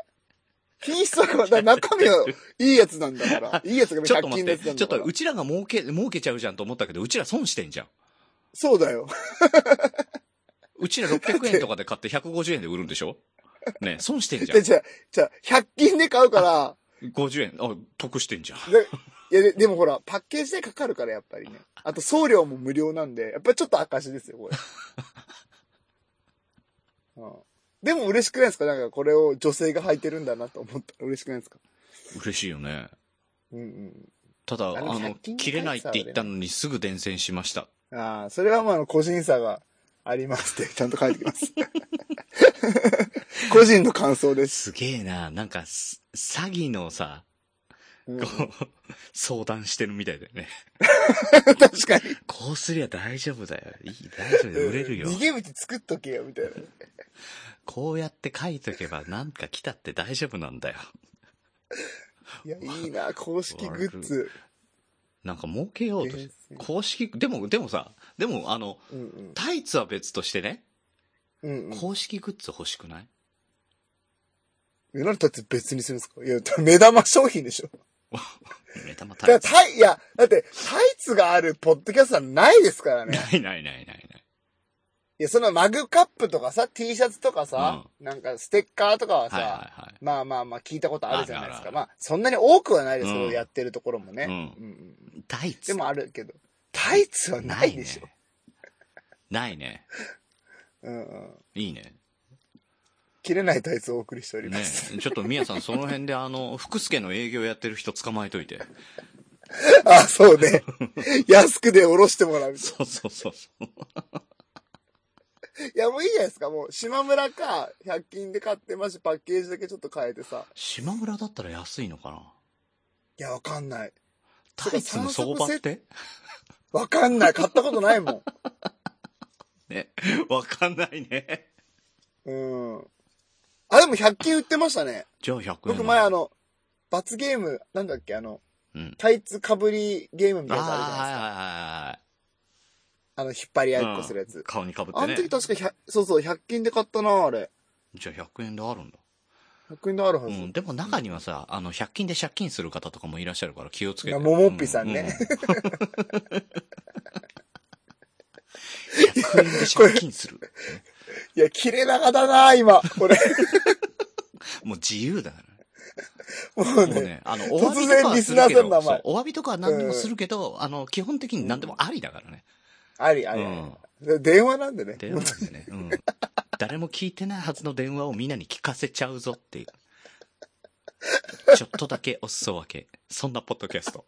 品質は変わんない。だから中身はいいやつなんだ から。いいやつがちょっと100待均っのやて、つなんちょだっかとらう。ちらが儲け、儲けちゃうじゃんと思ったけど、う ちら損してんじゃん。そうだよ。うちら600円とかで買って150円で売るんでしょね損してんじゃ で、ん。じゃあ、じゃあ、100均で買うから、 50円、あ、得してんじゃん。でいやで、 でもほら、パッケージでかかるから、やっぱりね。あと送料も無料なんで、やっぱりちょっと証ですよ、これ。 うん、でも嬉しくないですかなんかこれを女性が履いてるんだなと思ったら嬉しくないですか嬉しいよね。うんうただ、ああのの100均、の切れないって言ったのにすぐ伝染しました。ん。ああ、それはまああの、個人差がありますって、ちゃん と書いてきます。個人の感想です。すげえな、なんかす、詐欺のさ、うんこう、相談してるみたいだよね。確かに。こうすりゃ大丈夫だよ。いい、大丈夫だよ。売れるよ逃。げ道作っとけよ、みたいな。こうやって書いとけば、なんか来たって大丈夫なんだよ。いや、いいな、公式グッズ。なんか儲けようとし伝て。染公式、でも、でもさ、でもあの、うんうん。タイツは別としてね、うんうん。公式グッズ欲しくないえ、なんでだって別にするんですかいや、目玉商品でしょ。目玉タだイかツ。らタイ、いや、だって、タイツがあるポッドキャストはないですからね。ないないないないない。いや、そのマグカップとかさ、T シャツとかさ、なんかステッカーとかはさ、はいはいはい。まあまあまあ聞いたことあるじゃないですあるあか。るまあ、そんなに多くはないですけど、うんやってるところもね、うんうんうんタイツ。でもあるけど、タイツはないでしょ。ないね。うんうん。ないね。いいね。切れないタイツをお送りしておりまねす。ちょっとみやさんその辺であの、福助の営業やってる人捕まえといて。 あ、そうね。安くでおろしてもらう。いそうそうそうそう。や、もういいじゃないですか。もう、島村か、100均で買ってまし、パッケージだけちょっと変えてさ。島村だったら安いのかないや、わかんない。タイツの相場ってわかんない。買ったことないもね。わかんないね。 ん。うん。あ、でも100均売ってましたね。じゃあ100円。僕前あ、の、罰ゲーム、なんだっけ、あの、うん。タイツかぶりゲームみあたあいなやつあるじゃないですか。はあの、引っ張りいはいはい合はいうっこん。するやつ。顔にかぶってあのね時。確か100、そうそう、100均で買ったな、あれ。じゃあ100円であるんだ。 100均であるはうず。ん。でも中にはさ、あの、100均で借金する方とかもいらっしゃるから気をつけて。いやももっぴさんねう うん100円で借金する。いや、切れ長だな、今。これ。もう自由だから。もうもうね。ね、あの、お詫突びとか然はリすスるナけーさんのど、名前そうお詫びとかは何でもするけど、あの、基本的に何でもありだからね。あり、あうり。ん。電話なんでね。電話なんでね。うん。誰も聞いてないはずの電話をみんなに聞かせちゃうぞっていう。ちょっとだけお裾分け。そんなポッドキャスト。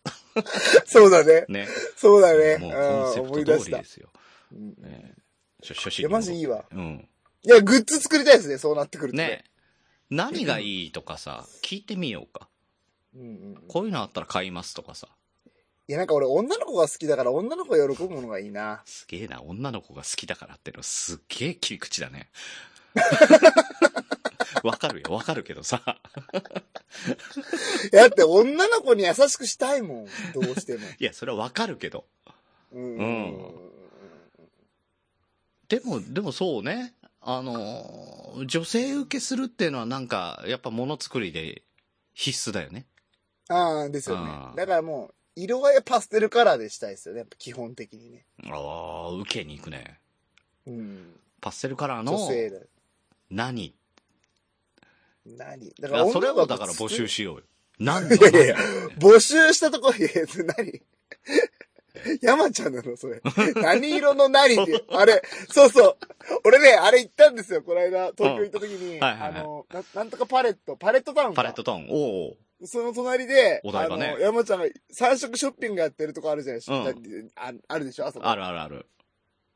そうだね。ね。そうだね。もううん、コ思ンセいプ出ト通しりたで。すよ。うんね。初初心いや、マジいいわ。うん。いや、グッズ作りたいですね、そうなってくるとね。何がいいとかさ、聞いてみようか。うんうんうんこういうのあったら買いますとかさ。いや、なんか俺女の子が好きだから女の子が喜ぶものがいいな。すげえな、女の子が好きだからってのすっげえ切り口だ ね。わかるよ、わかるけどさ。だって女の子に優しくしたいもん。どうしても。いや、それはわかるけど。うん。うんでも、でもそうね。あのー、女性受けするっていうのはなんか、やっぱものづくりで必須だよね。ああ、ですよねあ。ーだからもう、色合いはパステルカラーでしたいですよね。やっぱ基本的にね。ああ、受けに行くね。うん。パステルカラー女の性だ。何、何だから何それ女のを子だがから募作集るしようよ。何いのやいや何募集したところ、いや、何 山ちゃんなのそれ。何色の何って。あれ、そうそう。俺ね、あれ行ったんですよ。この間、東京行った時に、はいはいはいあのな、なんとかパレット、パレットタウンかパレットトーン。おうその隣で、お台場ねあの、山ちゃんが3色ショッピングやってるとこあるじゃないですか。うんああるでしょあそおうこ。あるあるある。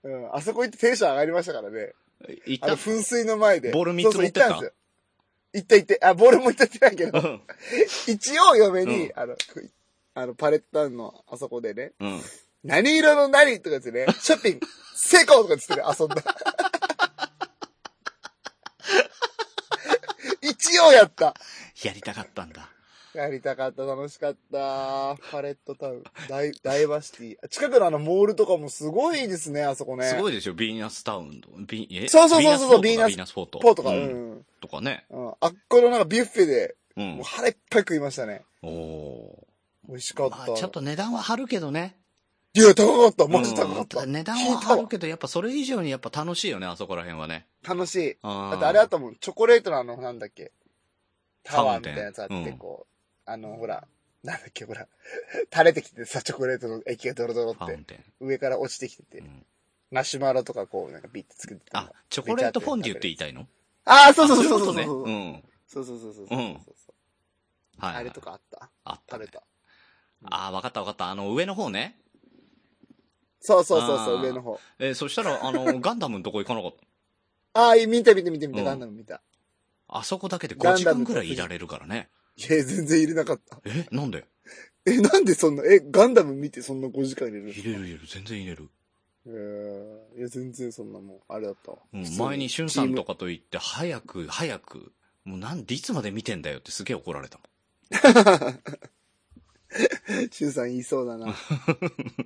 うん。あそこ行ってテンション上がりましたからね。行あの、っ噴水の前で。ボール三つそうそう持ってった行んですよ行った行って、あ、ボールも行ったってないけたど、うん。一応嫁うに、んあの、くあの、パレットタウンのあそこでね、うん。何色の何とか 言ってね、ショッピング、成功とか言ってね、遊んだ。 一応やった。やりたかったんだ。やりたかった、楽しかった。パレットタウン、ダイダイバーシティ。近くのあのモールとかもすごいですね、あそこね。すい。ごいでしょ、ビーナスタウンと。ビーえそうそうそうそうビーナスフォートかビーナスフォート。ビーナポートか、ううんん。とかね。うん。あっこのなんかビュッフェで、う。もうん腹いっぱい食いましたね。おお美味しかっー。まあた。ちょっと値段は張るけどね。いや、高かった。マジ高かった。うん値段聞いはた張わるけど、やっぱそれ以上にやっぱ楽しいよね、あそこら辺はね。楽しい。あだってあれあったもん、チョコレートのあの、なんだっけ、タワーみたいなやつあっファウンて、テンうんこう、あの、ほら、なんだっけ、ほら、垂れてきてさ、チョコレートの液がドロドロフっァウてン、テン。上から落ちてきてて、うんマシュマロとかこう、なんかビッて作ってたあ、チョコレートフォンデュって言いたいのあー、そうそうあそういそうこそとう。ね。うん。そうそうそうそうそうう。んはい。あれと。かあった。あった食ねべ。た。あー、わかったわかった。あの、上の方ね。そうそうそうそう、あー上の方。えーそしたら、あ の、ガンダムのとこ行かなかった。あー、見た見た見た見た、うんガンダム見た。あそこだけでガ5ン時ダム間ぐらいいられるからね。いや、全然入れなかった。え、なんでえ、なんでそんな、え、ガンダム見てそんな5時間入れる入れる入れる、全然入れる。えーいや、全然そんなもん、あれだったわ。う普ん、通前にしゅんさんとかと言って、早く、早く、もうなんでいつまで見てんだよってすげえ怒られたもん。シュウさん言いそうだな。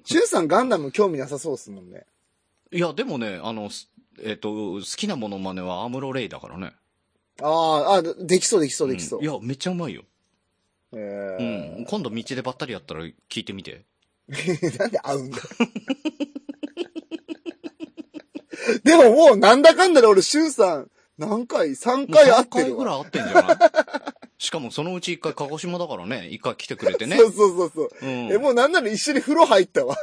シュウさんガンダム興味なさそうっすもんね。いや、でもね、あの、すえっ、と、好きなモノマネはアムロレイだからね。ああ、あできそうできそうできそう。んいや、めっちゃうまいよ。えうーん。今度道でばったりやったら聞いてみて。 なんで合うんだ でももうなんだかんだで俺シュウさん何回 ?3 回会っ3て回るぐわ。らい会ってんじゃない しかもそのうち1回鹿児島だからね、1回来てくれてね そ。うそうそうそう。うえ、ん。もうなんなら一緒に風呂入ったわ。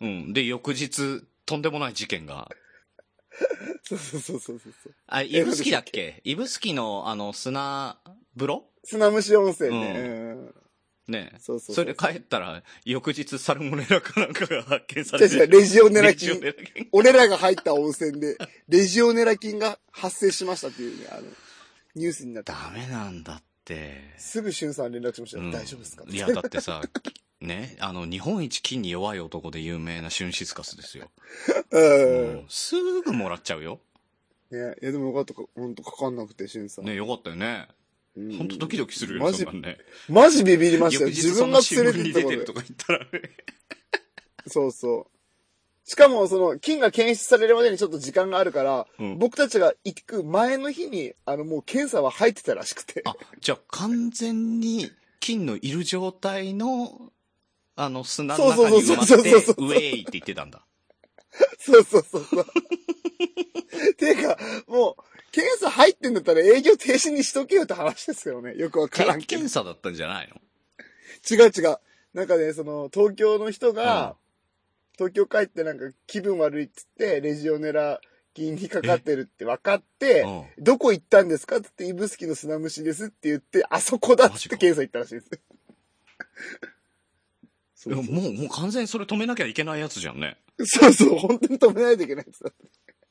うん。で、翌日、とんでもない事件が。そうそうそうそうそう。あ、イブスキだっ けイブスキの、あの、砂風呂砂虫温泉ね。う。うんねえそうそうそうそれで帰ったら、翌日サルモネラかなんかが発見さ違うれて違う、レジオネラレジ菌オ。ネラ菌俺らが入った温泉で、レジオネラ菌が発生しましたっていうね、あの、ニュースになった。ダメなんだって。すぐしゅんさん連絡しましたよ、うん大丈夫ですかいや、だってさ、 ね、あの、日本一金に弱い男で有名なシュンシスカスですよ。うん。もうすぐもらっちゃうよ。ね、いや、でもよかったか、ほんとかかんなくて、しゅんさん。ね、よかったよね。うん、ほんとドキドキするよ、マそジんなんね。マジビビりました翌よ。日自そ分んがな新連れて聞行にった出こてとると。でか言ったらね。そうそう。しかも、その、菌が検出されるまでにちょっと時間があるから、うん僕たちが行く前の日に、あの、もう検査は入ってたらしくて。あ、じゃあ完全に金のいる状態の、あの、砂の中に埋まって、そうウそうそうそうそうそうェイって言ってたんだ。そうそうそうそう。 ていうか、もう、検査入ってんだったら営業停止にしとけよって話ですけどね。よくわからん検けど。違検査だったんじゃないのう違う。なんかね、その、東京の人が、東京帰ってなんか気分悪いっつって、レジオネラ菌にかかってるって分かって、うん。どこ行ったんですかって言って、指宿の砂虫ですって言って、あそこだっつってマジか検査行ったらしいです。 そういやもう、もう完全にそれ止めなきゃいけないやつじゃんね。そうそう、本当に止めないといけないやつだ。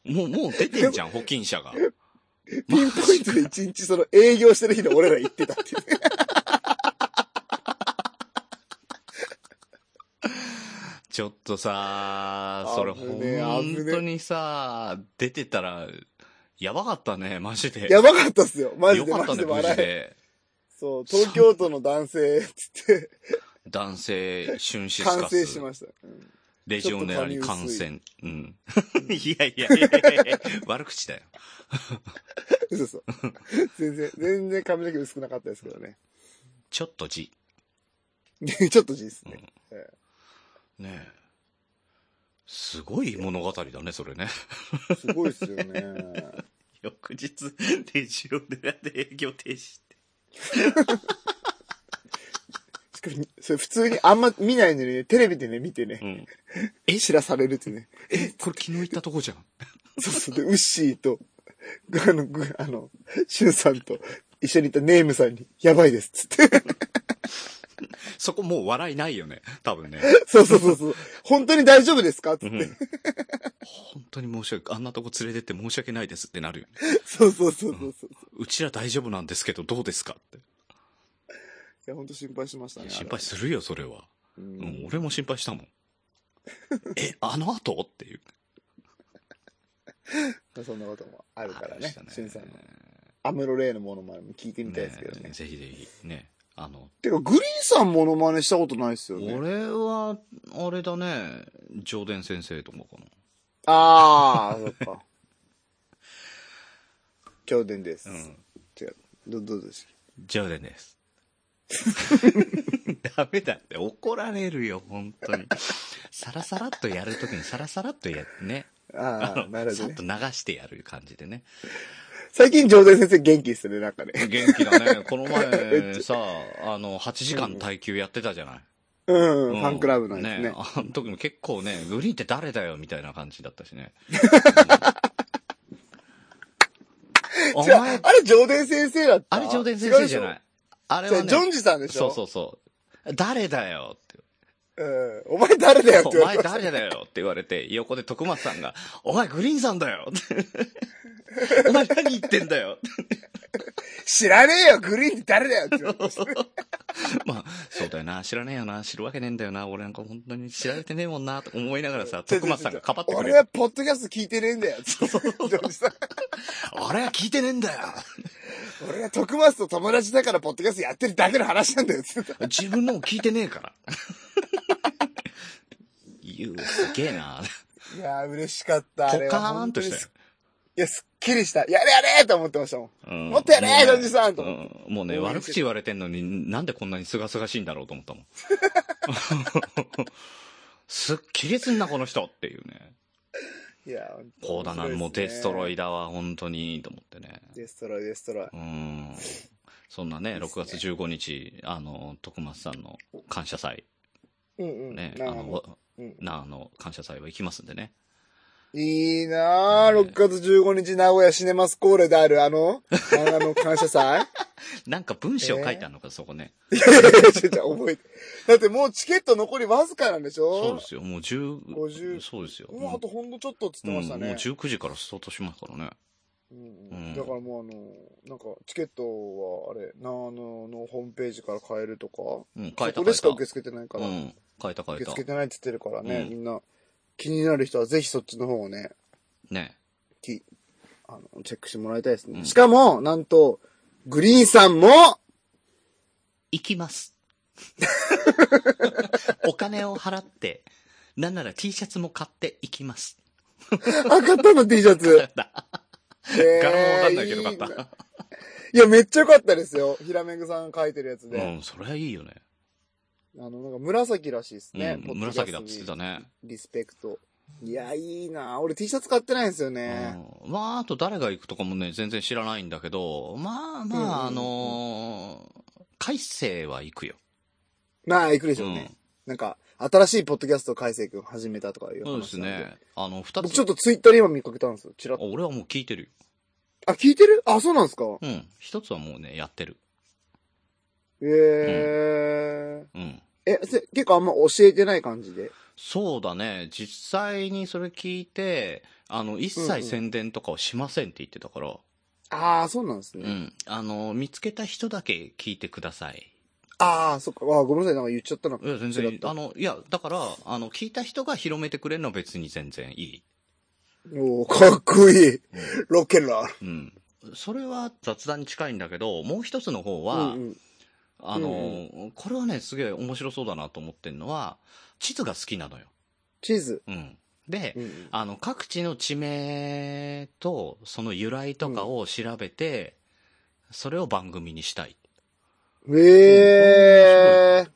もう、もう出てんじゃ ん、保菌者が。ピンポイントで一日その営業してる日で俺ら行ってたっていうね。ちょっとさ、それ危ねえ本当にさ、出てたら、やばかったね、マジで。 やばかったっすよ。マジで、よかマったジね、で無笑事え。で。そう、東京都の男性、つって、 男性、春死完カ成スしました。うんレジオネラに感ち染。 うん。いやいやいやいやいや悪口だよ。嘘嘘。 全然、全然髪の毛薄くなかったですけどね。 ちょっと字。でちょっと字ですね。ねえ。すごい物語だね、それね。すごいっすよね。翌日、レジオネラで営業停止って。しかも、それ普通にあんま見ないのにね、テレビでね、見てね、うん。知らされるってね。え、これ昨日行ったとこじゃん。そうそう。で、ウッシーと、あの、ぐあの、シュンさんと一緒にいたネームさんに、やばいです、つって。そこもう笑いないよね。多分ね。そうそうそうそう。本当に大丈夫ですかつって。うん本当に申し訳、あんなとこ連れてって申し訳ないですってなるよね。そうそうそうそうそう。いうちら大丈夫なんですけど、どうですかって。や、本当心配しましたいね。や心配するよ、それは。ううんん、俺も心配したもん。え、あの後っていう。そんなこともあるからありまねした。シュンさんの。アムロレイのモノマネも聞いてみたいですけどねね。ぜひぜひ、ね。あの、てか、グリーンさんモノマネしたことないですよね。俺は、あれだね、上田先生とかかな。ああ、そっ か。教伝です。うん違う。ど、どうです上田です。 ダメだって怒られるよ、本当に。さらさらっとやるときにさらさらっとやってね。あああ、なの、るさほっどねと。流してやる感じでね。最近、上田先生元気ですね、なんかね。元気だね。この前さ、あの、8時間耐久やってたじゃない。うん、うんファンクラブなんですね。あの時も結構ね、グリーンって誰だよみたいな感じだったしね。うんお違う、前、あれ、上田先生だったあれ上田先生じゃ違うなでい。あれしょは違うね、ジョンジさんでしそょうそうそう。誰だよって。う。うん。お前誰だよってお言われ前てまし誰た。だよって言われて、横で徳松さんが、お前グリーンさんだよって お前何言ってんだよって知らねえよ、グリーンって誰だよって言われてました。まあ、そうだよな、知らねえよな、知るわけねえんだよな、俺なんか本当に知られてねえもんな、と思いながらさ、徳松さんがかばってくれ俺る。はポッドキャスト聞いてねえんだよ。ジョージさん。あれは聞いてねえんだよ俺は徳松と友達だからポッドキャストやってるだけの話なんだよ。つって自分のも聞いてねえ から。言う、すげえな。いやー、嬉しかった。あポれカはーン本当とにしたすよ。いや、すっきりした。やれやれと思ってましたもん。うんもっとやれもうねジョージさんとう思んもうね、応援して悪口言われてんのに、なんでこんなに清々しいんだろうと思った もん。すっきりすんな、この人っていうね。いや、本当にこうだな、もうデストロイだ。だわ、本当に、と思ってね。デストロイ、デストロイ。うん。そんなね、いいっすね6月15日、あの、徳松さんの感謝祭、うんうん。ね、あなあの、わうんなあの、感謝祭は行きますんでね。いいなあ、ね6月15日、名古屋シネマスコーレである、あ の、漫画の感謝祭なんか文章書いてあるのか、そこね。いやいやいや、ちょちょ覚えて。だってもうチケット残りわずかなんでしそうでょすよ、もう10、 50そうですよ。もうあとほんのちょっとっつってましたうんもうね。 19時からスタートしますからね。うんうんだからもうあの、なんか、チケットは、あれ、なあの、のホームページから買えるとか、うん、書いた書いそこた。でしか受け付けてないから、うん、書いた書い受けた付。けてないって言ってるからね、うんみんな、気になる人はぜひそっちの方をね、ね。きあのチェックしてもらいたいですね。うんしかも、なんと、グリーンさんも、行き ます。お金を払って、なんなら T シャツも買って行きます。赤たの T シャツ。えー 柄もわかんないけど買っいいなた。いや、めっちゃ良かったですよ。ひらめぐさんが書いてるやつうで。ん、それはいいよね。あの、なんか紫らしいですね。うポん、ッドキャスト紫にだっつってたね。リスペクト。いや、いいな俺 T シャツ買ってないんですよね。うんまあ、あと誰が行くとかもね、全然知らないんだけど、まあまあ、あうんうんのー、改正は行くよ。まあ、行くでしうょうね。ん。なんか、新しいポッドキャストを海星くん始めたとかいう話そうですなんで。ね。あの、二僕ちょつっ。とツイッターで今見かけたんですよ。ちらっと。俺はもう聞いてるよ。あ、聞いてるあ、そうなんですかうん。一つはもうね、やってる。ええうん。え、せ結構あんま教えてない感じで。そうだね。実際にそれ聞いて、あの、一うんうん切宣伝とかはしませんって言ってたから、ああ、そうなんですうん、ね。あの、見つけた人だけ聞いてください。ああ、そっか。ああ、ごめんなさい。なんか言っちゃったな。いや、全然い違っい。たあの、いや、だから、あの、聞いた人が広めてくれるのは別に全然いい。おおかっこいい。ロケラー。うん。それは雑談に近いんだけど、もう一つの方は、うんうん、あの、これはね、すげえ面白そうだなと思ってるのは、地図が好きなのよ。地図。うん。で、うんうんあの、各地の地名と、その由来とかを調べて、それを番組にしたい。ええ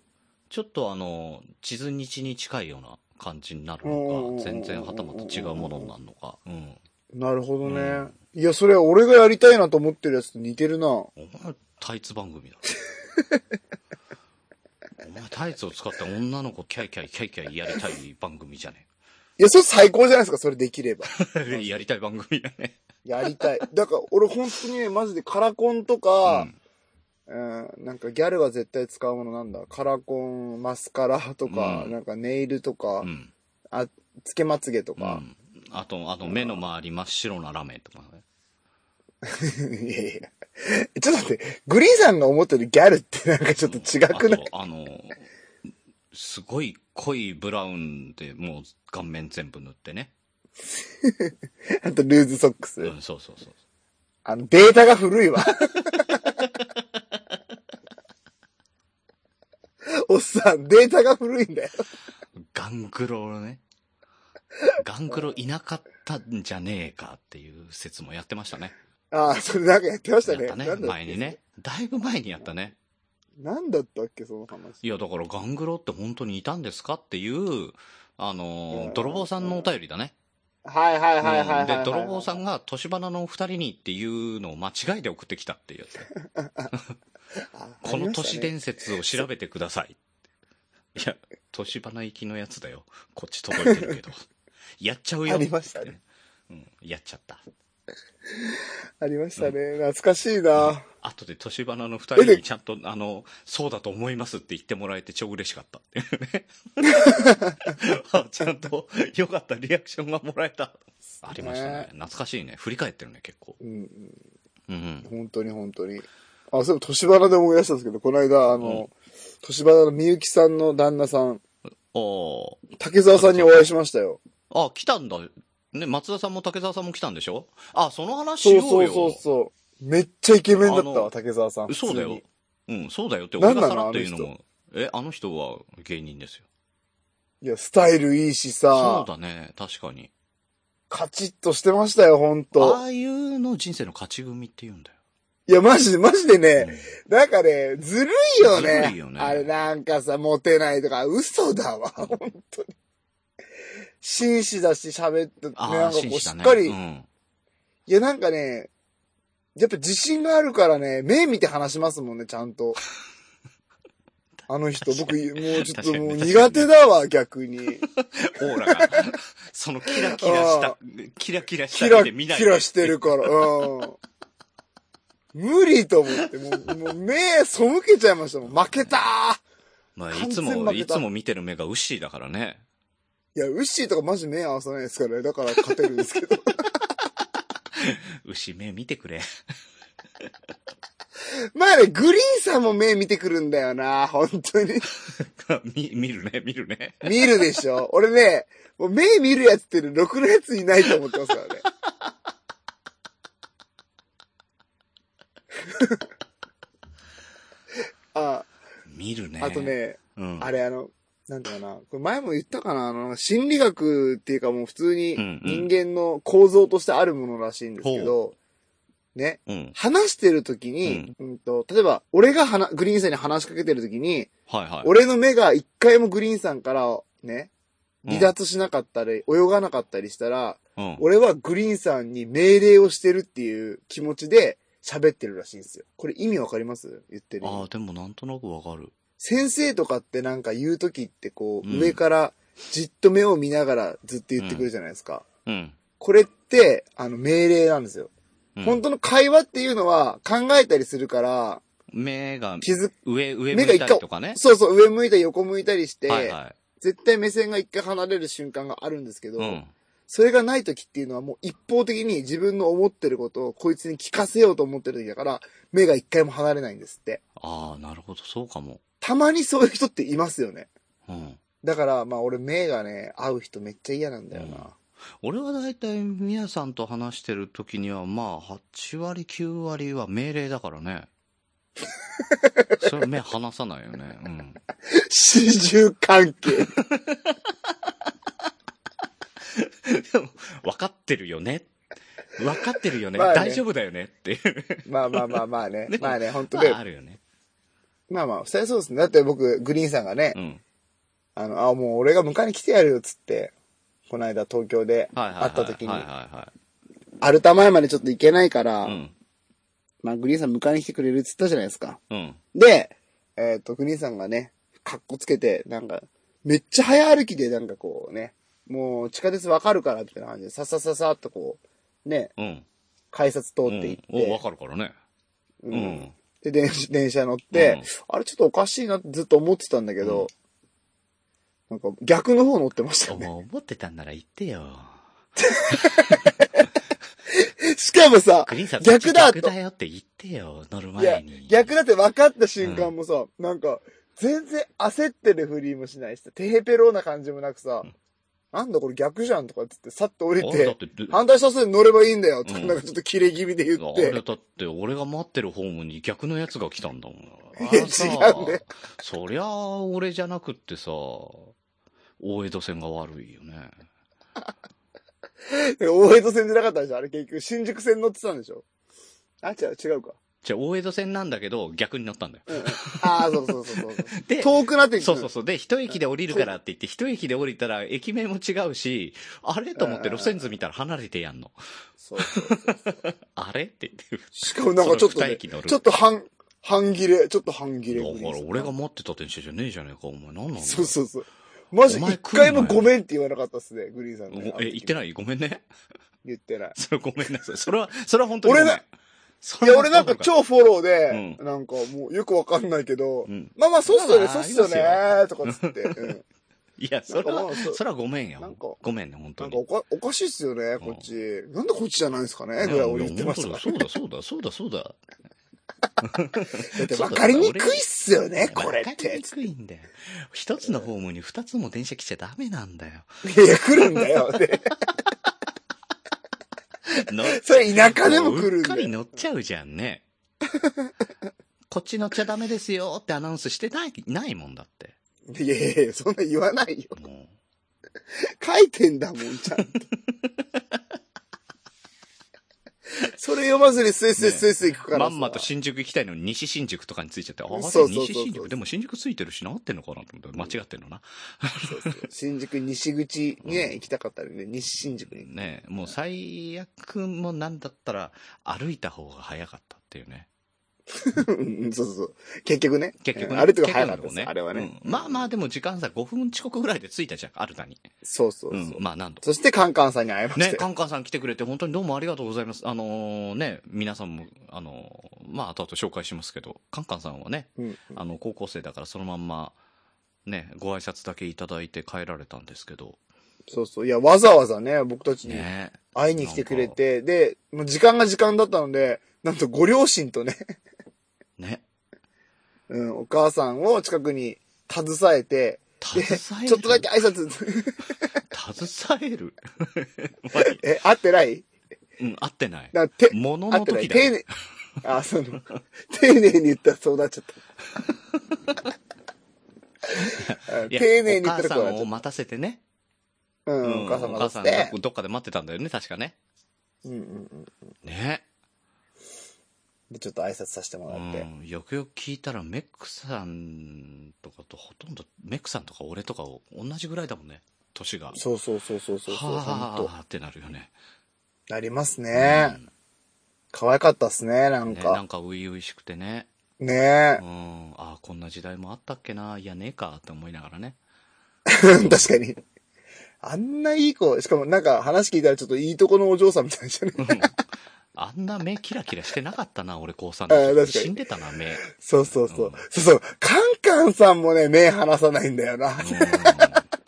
ちょっとあの、地図日に近いような感じになるうんのか、全然はたまた違うものになるのか。うん。なるほどうね。んいや、それ俺がやりたいなと思ってるやつと似てるな。お前、タイツ番組だ ろ。お前、タイツを使って女の子キャイキャイキャイキャイやりたい番組じゃねいや、それ最高じゃないですか、それできれば。え。 やりたい番組やね。やりたい。 だから、俺本当にね、マジでカラコンとか、うん、なんかギャルは絶対使うものなんだ。カラコン、マスカラとか、うんなんかネイルとか、うん。あ、つけまつげとうか。ん。あと、あと、目の周り真っ白なラメとかね。 いやいや。ちょっと待って、グリーンさんが思ってるギャルってなんかちょっと違くない、あとあの、すごい濃いブラウンでもう顔面全部塗ってね。あとルーズソックス。うん、そうそうそう。あの、データが古 いわ。おっさん、データが古いんだよ。ガングロをね。ガングロいなかったんじゃねえかっていう説もやってましたね。ああ、それなんかやってましたやっね。たなね。んだっ前けにね。だいぶ前にやったね。なんだったっけ、その話。いや、だからガングロって本当にいたんですかっていう、あうのん、泥棒さんのお便りだね。はいはいはいはいはいはい、で、泥棒さん。んが年花のお二人にっていうのを間違いで送ってきたっていうやつ。この都市で伝説を調べてください。いや、年花行きのやつだよ。こっち届いてる けど。やっちゃうよ。ありましたねうん、やっちゃった。ありましたね。懐かしいな。あとで年花の二え人でにちゃんと、あの、そうだと思いますって言ってもらえて超嬉しかったっていうね。 あちゃんと良かったリアクションがもらえた。ありましたねね。懐かしいね。振り返ってるね、結構。うん、うんうん。本当に本当に。あ、そういえば、年花で思い出したんですけど、この間、あの、年花のみゆきさんの旦那さん、おー竹澤さんにお会いしましたよ。あ、来たんだ。ね、松田さんも竹澤さんも来たんでしょあ、その話しそよううよ。そうそうそう。めっちゃイケメンだったあのわ、竹澤さん。そうだ普よ通に。。うん、そうだよって、な俺んながのさらっていうのあも、え、あの人は芸人ですよ。いや、スタイルいいしそさう、だね、確かに。カチッとしてましたよ、ほんあと。あいうのを人生の勝ち組って言うんだよ。いや、マジで、マジでね、うなんかね、ずるいよね。ずるいよねあれ、なんかさ、モテないとか、嘘だわ、ほんとに。紳士だし、喋って、んね、あなあ、んかこ紳う、士しだっね。かり、うん。いや、なんかね、やっぱ自信があるからね、目見て話しますもんね、ちゃん と。あの人、僕、もうちょっともう確かに確か苦に手だわ、逆に。オーラが、 そのキラキラした、キラキラしキたラ、目で見ないで。キラしてるから、うん。無理と思って、もう、もう目背けちゃいましたもん。負けたーまあ、完全いつ負けも、たいつも見てる目がウッシーだからね。いや、ウッシーとかマジ目合わさないですからね。だから勝てるんですけど。 ウッシー目見てくれ。 まあね、グリーンさんも目見てくるんだよな、本当に。見、見るね、見るね。見るでしょ。俺ね、もう目見るやつってねろくなやついないと思ってますからね。 あ見るね。あと、ね、うん。あれあの、なんだろうな、これ前も言ったかな、あの、心理学っていうかもう普通にうんうん人間の構造としてあるものらしいんですけど、ね、うん。話してる時に、うんと、例えば、俺がはなグリーンさんに話しかけてる時に、はいはい。俺の目が一回もグリーンさんからね、うん離脱しなかったり、泳がなかったりしたら、うん。俺はグリーンさんに命令をしてるっていう気持ちで喋ってるらしいんですよ。これ意味わかります言ってる意味。ああ、でもなんとなくわかる。先生とかってなんか言う時ってこう、うん上からじっと目を見ながらずっと言ってくるじゃないですか。うん。これって、あの、命令なんですよ。うん本当の会話っていうのは考えたりするから、目が、気づく、上、上目向がい一た回りとかね。そうそう、上向いたり横向いたりして、はいはい。絶対目線が一回離れる瞬間があるんですけど、うん。それがない時っていうのはもう一方的に自分の思ってることをこいつに聞かせようと思ってる時だから、目が一回も離れないんですって。ああ、なるほど、そうかも。たまにそういう人っていますよね。うん。だから、まあ俺目がね、合う人めっちゃ嫌なんだよな。俺は大体、みやさんと話してる時には、まあ、8割、9割は命令だからね。それ目離さないよね。 うん。始終関 係。でも、分かってるよね。分かってるよね。まあね大丈夫だよねっていう。まあまあまあまあねで。もまあね、本当まであ、。あるよね。まあまあ、そりゃそうですね。だって僕、グリーンさんがねう、ん。あの、あ、もう俺が迎えに来てやるよっつって、この間東京ではいはいはい。会った時にはい、はいはアルタ前までちょっと行けないから、い。うん。まあグリーンさん迎えに来てくれるっつったじゃないですか。うん。で、えっ、と、グリーンさんがね、かっこつけて、なんか、めっちゃ早歩きで、なんかこうね、もう地下鉄わかるから、みたいな感じで、さっさっさっさっとこう、ね、うん。改札通うっていっん。て、お、分かるからね。うんうん。で電車、電車乗って、あれちょっとおかしいなってずっと思ってたんだけど、なんか逆の方乗ってましたおよね。前思ってたんなら言ってよ。 しかもさグリーンさん、、そっち逆だ逆とだよって言ってよ。乗るいや前に。、逆だって分かった瞬間もさ、なんか、全然焦ってるフリーもしないしさ、テヘペローな感じもなくさ、なんだこれ逆じゃんとかっつって、さっと降り、あれだってて、反対車線に乗ればいいんだよとか、うんなんかちょっとキレ気味で言っあれて、だって、俺が待ってるホームに逆のやつが来たんだもん。あいやれさ違うんだよそりゃあ、俺じゃなくってさ、大江戸線が悪いよね。 大江戸線じゃなかったでしょあれ結局、新宿線乗ってたんでしょあ、違う、違うか。じゃあ、大江戸線なんだけど、逆になったんだよ。ああ、そうそうそうそうそう。 で、遠くなってきてそうそうそう。で、一駅で降りるからって言って、一駅で降りたら、駅名も違うし、あれと思って路線図見たら離れてやんの。そうそうそうあれって言って。しかもなんかちょっとその二ね、駅乗るちょっと半、半切れ、ちょっと半切れ。だから、俺が待ってた電車じゃねえじゃねえか、お前。なんなんだよそうそうそう。マジ、お前一来回んなよもごめんって言わなかったっすね、グリーンさんごね。え、言ってないごめんね。 言ってない。それごめんなさい。それは、それは本当にごめん。俺なそいれや、は俺なんか本当に超フォローで、うなんかもうよくわかんないけど、ごめんうん。まあまあ、そうっすよね、まあまあそうっすよねあとかっ つって、うんいや、それなんかもはうそ、それはごめんよなんか。ごめんね、本当なんに。かおかおかしいっすよね、こっち。なんでこっちじゃないんですかねぐらい俺言ってましたいかやそうら。だ、そうだ、そうだ、そうだ。だってわかりにくいっすよね、これっわかりてに。くいんだよ。一つのホームに二つも電車来ちゃダメなんだよ。いや、来るんだよ。でのそれ田舎でも来るうんっかだりよ。乗っちゃうじゃんね。こっち乗っちゃダメですよってアナウンスしてない、ないもんだって。いやいやいや、そんな言わないよ。も書いてんだもん、ち ゃんと。それ読まずにスイスイスイスイ行くうか。らまさ。んまと新宿行きたいのに西新宿とかについちゃって、ああれそうそうそうそう西新宿、でも新宿ついてるしな合ってんのかなと思って、間違ってんのな。そうそう新宿西口にね、行きたかったらね、西新宿に。ねもう最悪もなんだったら歩いた方が早かったっていうね。うんそうそうそう。結局ね。結局うねんあれとか早かったです、結局のとこあれはね。うんまあまあでも時間さ、5分遅刻ぐらいで着いたじゃん、アルタに。そうそううそう。ん、まあ何度。そ してカンカンさんに会いましたよ。ね、カンカンさん来てくれて本当にどうもありがとうございます。あのーね、皆さんも、あのーまあ後々紹介しますけど、カンカンさんはね、うんあの、高校生だからそのまんま、ね、ご挨拶だけいただいて帰られたんですけど、そうそう。いや、わざわざね、僕たちにね。会いに来てくれて、で、もう時間が時間だったので、なんとご両親とね、ね。うん、お母さんを近くに携えて、で、ち携える。ょっとだけ。挨拶、携える。お前え、会ってないうん、合ってない。なて、もの合っのてな時い。だ丁よ。寧、あ、その、 丁寧に言ったらそうなっちゃった。うん いや丁寧に言おった母さらこうなんっちをゃっ待たせてね。た。う、うんお母さんおが母待さっんてが。どっかで待ってたんだよね、確かね。うんうんうん。ね。で、ちょっと挨拶させてもらって。うん、よくよく聞いたらメックさんとかとほとんどメックさんとか俺とかを同じぐらいだもんね年がそうそうそうそうそうそう、はほんと。あってなるよねなりますね。可愛かったっすね、なんねなかん。か初々しくてねねうんああこんな時代もあったっけないやねえかって思いながら ねえ。 確かに。あんないい子、しかもなんか話聞いたらちょっといいとこのお嬢さんみたい じゃね。あんな目キラキラしてなかったな俺高3ああ確かでに死んでたな目そうそうそう。うんそうそう。カンカンさんもね、目離さないんだよな。うん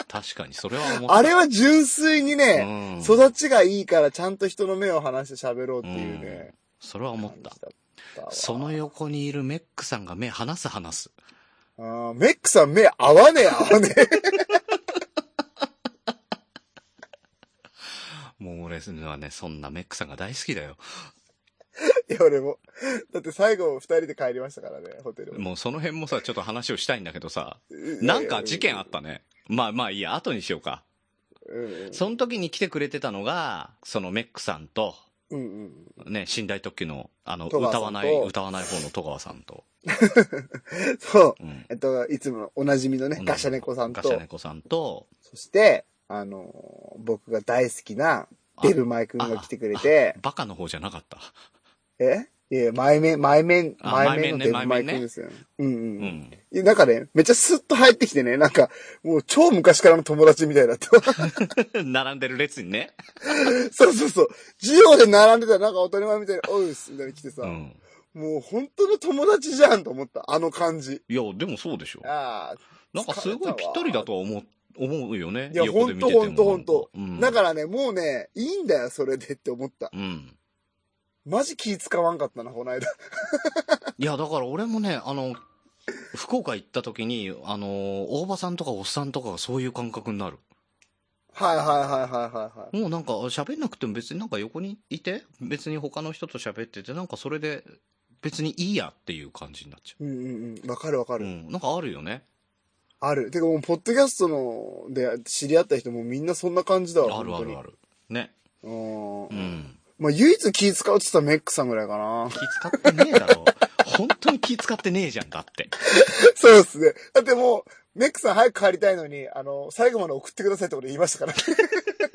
確かにそれは思ったあれは純粋にね、うん育ちがいいからちゃんと人の目を離して喋ろうっていうね。それは思っ感じただったわその横にいるメックさんが目離す離すあーメックさん目合わねえ、合わねえ。もう俺はね、そんなメックさんが大好きだよ。いや、俺も。 だって最後、二人で帰りましたからね、ホテル。もうその辺もさ、ちょっと話をしたいんだけどさ、なんか事件あったね。まあまあいいや、後にしようか。うんうん。その時に来てくれてたのが、そのメックさんと、うんうん。ね、寝台特急の、あの、戸川歌さんとわない、歌わない方の戸川さんと、そう。うん。えっと、いつものおなじみのね、ガシャネコさんガシャとネ、コさんと、そして、あのー、僕が大好きな、デルマイ君が来てくれて、バカの方じゃなかった。えいや、前面、前面、あ前前面面のねデルマイ君ですよ。うんうん。うん。いやなんかね、めっちゃスッと入ってきてね、なんか、もう超昔からの友達みたいだった。並んでる列にね。 そうそうそう。授業で並んでたらなんか大人前みたいに、おうっす、みたいに来てさ、うん。もう本当の友達じゃんと思った、あの感じ。いや、でもそうでしょ。ああ、なんかすごいぴったりだとは思う、思うよね。いや横で見ててもほんとほんとなんかうん。だからね、もうね、いいんだよ、それでって思った。うん。マジ気使わんかったな、この間。 いや、だから俺もね、あの、福岡行った時に、あの、大場さんとかおっさんとかがそういう感覚になる。はいはいはいはいはいはい。もうなんか喋んなくても別になんか横にいて、別に他の人と喋ってて、なんかそれで別にいいやっていう感じになっちゃうんうんうん。わかるわかう。うる、ん。なんかあるよね。ある。てかもう、ポッドキャストの、で、知り合った人もみんなそんな感じだわ。あるあるある。る。ね。う。うんん。まあ、唯一気使うって言ったらメックさんぐらいかな。気使ってねえだろ。本当に気使ってねえじゃんだって。そうですね。だってもう、メックさん早く帰りたいのに、あの、最後まで送ってくださいってこと言いましたから。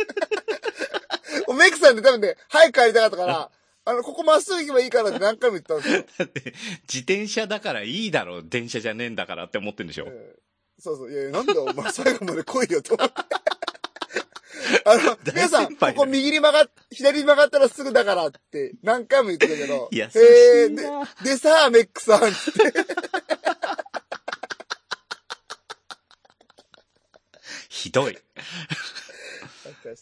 もうメックさんって多分ね、早く帰りたかったから、あの、ここまっすぐ行けばいいからって何回も言ったんです よ。だって、自転車だからいいだろ、電車じゃねえんだからって思ってんでしょう。んそうそう。いやいや、なんだお前最後まで来いよと思って。あの、皆さん、先こ輩だこ右に曲がっ、左に曲がったらすぐだからって何回も言ってたけど。優しいへーなで、でさあ、メックさんって。ひどい。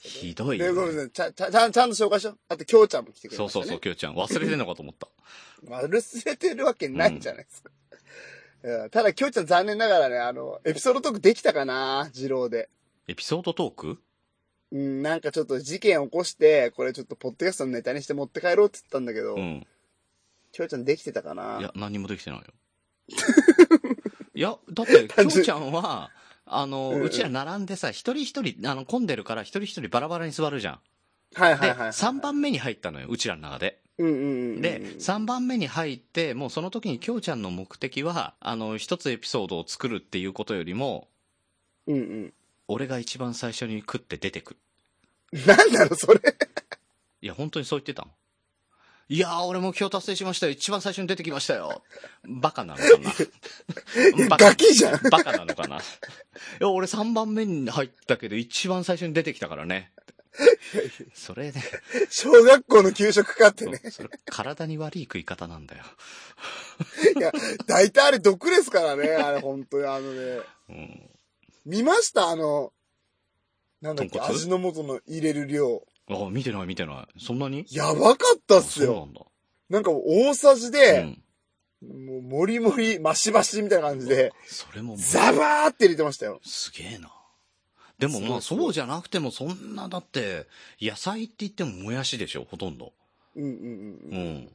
ひどいで、よごね、めんなさい。ちゃん、ちゃん、ちゃんちゃんと紹介しよう。あと、きょうちゃんも来てくれそまうした、ね。そうそう、きょうちゃん。忘れてんのかと思った。丸すれてるわけないんじゃないですか。いやただ、きょうちゃん残念ながらね、あの、エピソードトークできたかな二郎で。エピソードトークうん、なんかちょっと事件起こして、これちょっとポッドキャストのネタにして持って帰ろうって言ったんだけど、うん。きょうちゃんできてたかいなや、何もでき てないよ。いや、だって、きょうちゃんは、あの、うんうんうちら並んでさ、一人一人、あの、混んでるから、一人一人バラバラに座るじゃん。はいはいで、はいはい。 3。番目に入ったのよ、うちらの中で。うんうんうんうん。で、3番目に入って、もうその時にきょうちゃんの目的は、あの、一つエピソードを作るっていうことよりも、うんうん。俺が一番最初に食って出てくる。なんなのそれ。いや、本当にそう言ってたの。いやー、俺目標達成しましたよ。一番最初に出てきましたよ。 バカなのか なバカガキじゃん。バカなのかないや、俺3番目に入ったけど、一番最初に出てきたからね。 それ ね、小学校の給食かってね。それ体に悪い食い方なんだよ。いや、大体あれ毒ですからね、あれ本当にあのね。うん。見ましたあの、なんだっけ、豚骨味の素の入れる量。あ、見てない見てない。そんなにやばかったっそすうなよ。んだ。なんか大さじで、ん。もう、もりもり、マシマシみたいな感じで、それももうザバーって入れてましたよ。すげえな。でもまあすごいすごいそうじゃなくてもそんなだって野菜って言ってももやしでしょほとんど。うんうんうん。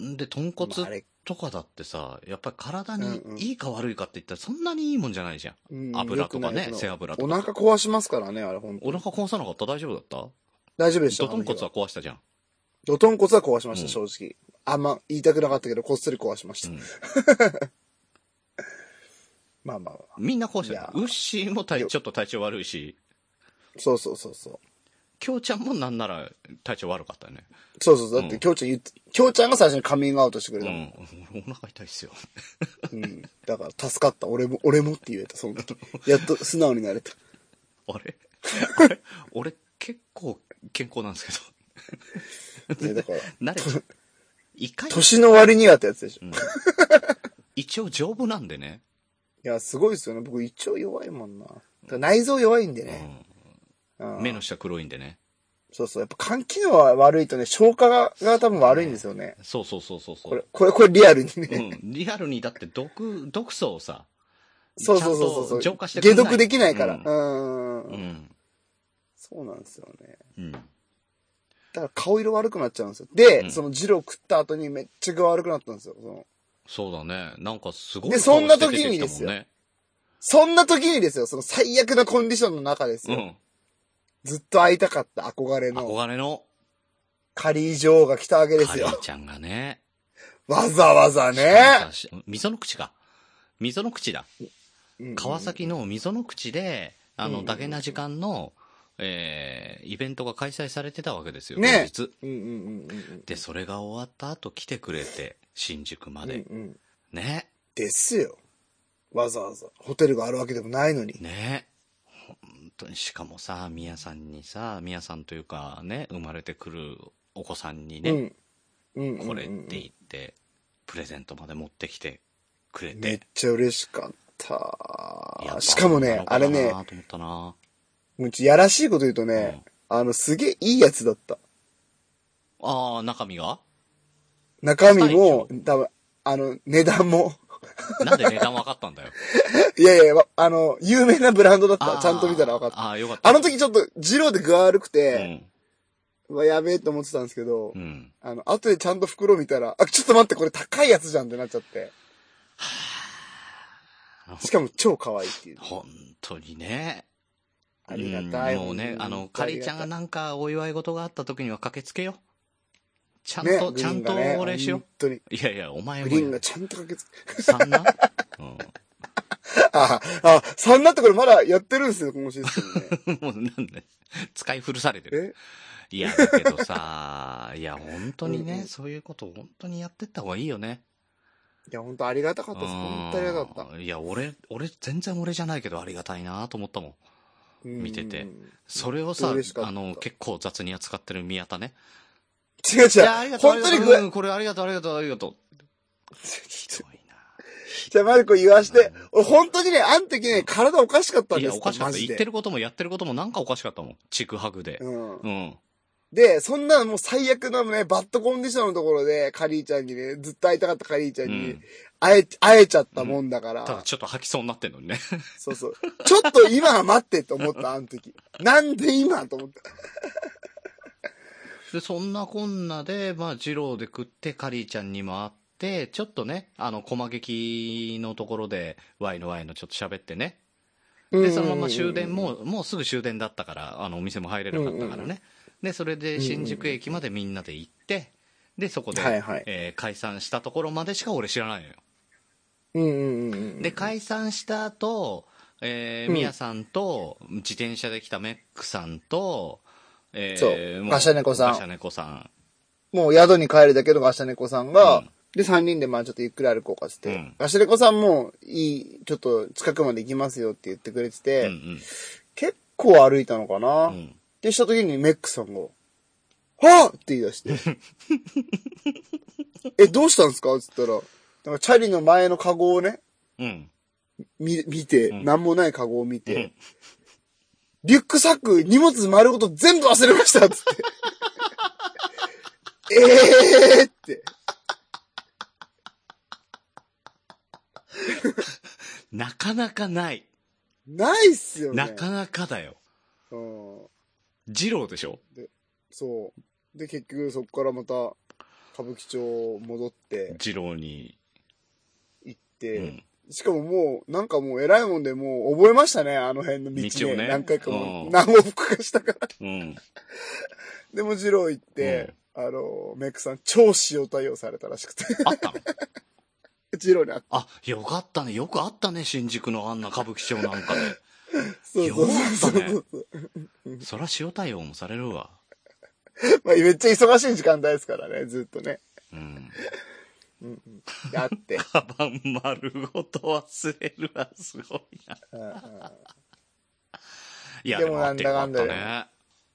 うん。で、豚骨まああれとかだってさ、やっぱり体うんうんにいいか悪いかって言ったらそんなにいいもんじゃないじゃん。うん油とかねよくないよ背脂とかお腹壊しますからね、あれ本当お腹壊さなかった大丈夫だった大丈夫でした。ドトン骨あのは壊したじゃん。日は。ドトン骨は壊しまうした、ん正直。あんま言いたくなかったけど、こっそり壊しました。うんまあまあまあ。みんな壊しいやた。ウッシーも体ちょっと体調悪いし、そうそうそうそう。きょうちゃんもなんなら体調悪かったよね。そうそうそう。だって、うんきょうちゃん言って、きょうちゃんが最初にカミングアウトしてくうれたもんん。俺お腹痛いっすよ。 うん。だから、助かった。俺も、俺もって言えた、その時。やっと素直になれた。あ れあれ俺結構健康なんですけど。ね、だから、慣れちゃ う。一回、年の割にはってやつでしょ。うん一応丈夫なんでね。いや、すごいですよね。僕、一応弱いもんな。だから内臓弱いんでうね。んうん目の下黒いんでね。そうそう。やっぱ肝機能が悪いとね、消化がが多分悪いんですよね。そうそうそうそうそう。これ、これ、これリアルにうね。ん、リアルにだって毒、毒素をさ、そうそうそうちゃそう。んと浄化してくれ解ない毒できないから。う。、うんうんん。そうなんですよね。うん。だから顔色悪くなっちゃうんですよ。で、うんそのジロ食った後にめっちゃ具合悪くなったんですよ。そのそうだね。なんかすごいで顔そんなして出てきたも時にですよね。そんな時にですよ、その最悪なコンディションの中ですうよ。ん。ずっと会いたかった憧れの憧れのカリー女王が来たわけでカすリーよ。ちゃんがね。わざわざね。しかもさし溝の口か。溝の口だ。川崎の溝の口で、あうの、んダゲな時間の、えーイベントが開催されてたわけですよ、ね当日。うんうんうんうんうん。で、それが終わった後来てくれて、新宿まで。うんうんね。ですよ。わざわざ。ホテルがあるわけでもないのに。ね本当にしかもさみやさんにさみやさんというかね生まれてくるお子さんにね、うん。うんうんうん。これって言ってプレゼントまで持ってきてくれめってちゃ嬉しかっやっぱた。しかもね、あれ女のね子だ、なと思ったなもうちょやらしいこと言うとね、あの、すげえいいやつだった。ああ中身が中身も高い、多分、あの、値段も。 なんで値段分かったんだよいやいや、わあの、有名なブランドだった。ーちゃんと見たら分かった。ああよかったあの時ちょっと、ジローで具合悪くうて、ん、うわやべえと思ってたんですけど、うん、あの、後でちゃんと袋見たら、あ、ちょっと待って、これ高いやつじゃんってなっちゃって。しかも超可愛いっていう。本当にねありがたい。うんもうね本当あのかりちゃんがなんかお祝い事があった時には駆けつけよちゃんねと、ちゃんとグリーンがねお礼しよう本当に。いやいや、お前グもリーンがちゃんと駆けつけ、 さんな、うあ、あ、3になってこれまだやってるんですよ、このシステムね。ん、もうなんで、使い古されて る。えいや、だけど さ、いや、本当にうんうねん、そういうこと本当にやってった方がいいよね。いや、本当ありがたかったです。本当ありがたかった。うんいや、俺、俺、全然俺じゃないけどありがたいなと思ったもん。うん見てて違それをさ、嬉しかったあの、結構雑に扱ってる宮田ね。う違いや、ありう。がとう、あ本り当がとうに具合、うんこれありがとう、ありがとう、ありがとう。ひどいな。 じゃあ、マルコ言わして。俺、本当にね、あん時ね、体おかしかったんいでや、すおかしかマった。ジ言でってることもやってることもなんかおかしかったもん。ちくはぐで。うん。うん。で、そんなのもう最悪なのね、バッドコンディションのところで、カリーちゃんにね、ずっと会いたかったカリーちゃんうにん、会え、会えちゃったもんだから、ただちょっと吐きそうになってんのにね。そうそう。ちょっと今は待ってと思った、あの時。なんで今と思った。で、そんなこんなで、まあ、二郎で食って、カリーちゃんにも会って、ちょっとね、あの、駒劇のところで、ワイのワイのちょっと喋ってね。で、そのまま終電も、もうすぐ終電だったから、あの、お店も入れなかったかうんらうんうね。で、それで新宿駅までみんなで行って、で、そこで、はいはいえー解散したところまでしか俺知らないのよ。うんうんうんうん。で、解散した後、えー、うんミヤさんと、自転車で来たメックさんと、えーそうもガシャネコさんガシャネコさん。もう宿に帰るだけのガシャネコさんが、うんで、三人でまあちょっとゆっくり歩こうかっつって、うんガシャネコさんもいい、ちょっと近くまで行きますよって言ってくれてうんうて、ん。結構歩いたのかな、うんで、した時にメックさんが、はぁって言い出して。 え、どうしたんですかって言ったら、なんかチャリの前のカゴをね、うん。見、見て、んなんもないカゴを見て、うんリュックサック、荷物丸ごと全部忘れましたっつって。 えーって。なかなかない。ないっすよね。なかなかだよ。うん。二郎でしょそう。で、結局そこからまた、歌舞伎町戻って二郎に。行っうて、ん。しかももう、なんかもう偉いもんで、もう覚えましたね、あの辺の道ね。道をね何回かもうう、ん何往復かしたから。うん。でも、二郎行って、あの、メイクさん、超塩対応されたらしくて、 あったの二郎に会って。あ、よかったね。よくあったね。新宿のあんな歌舞伎町なんかそうそうそうよかったねそうそう。で。そら塩対応もされるわ。 まあ、めっちゃ忙しい時間帯ですからね、ずっとね。うん。うんうん。で、会 って。カバン丸ごと忘れるわ。すごいな。うんうんいや、ででももあってよかっなたんだ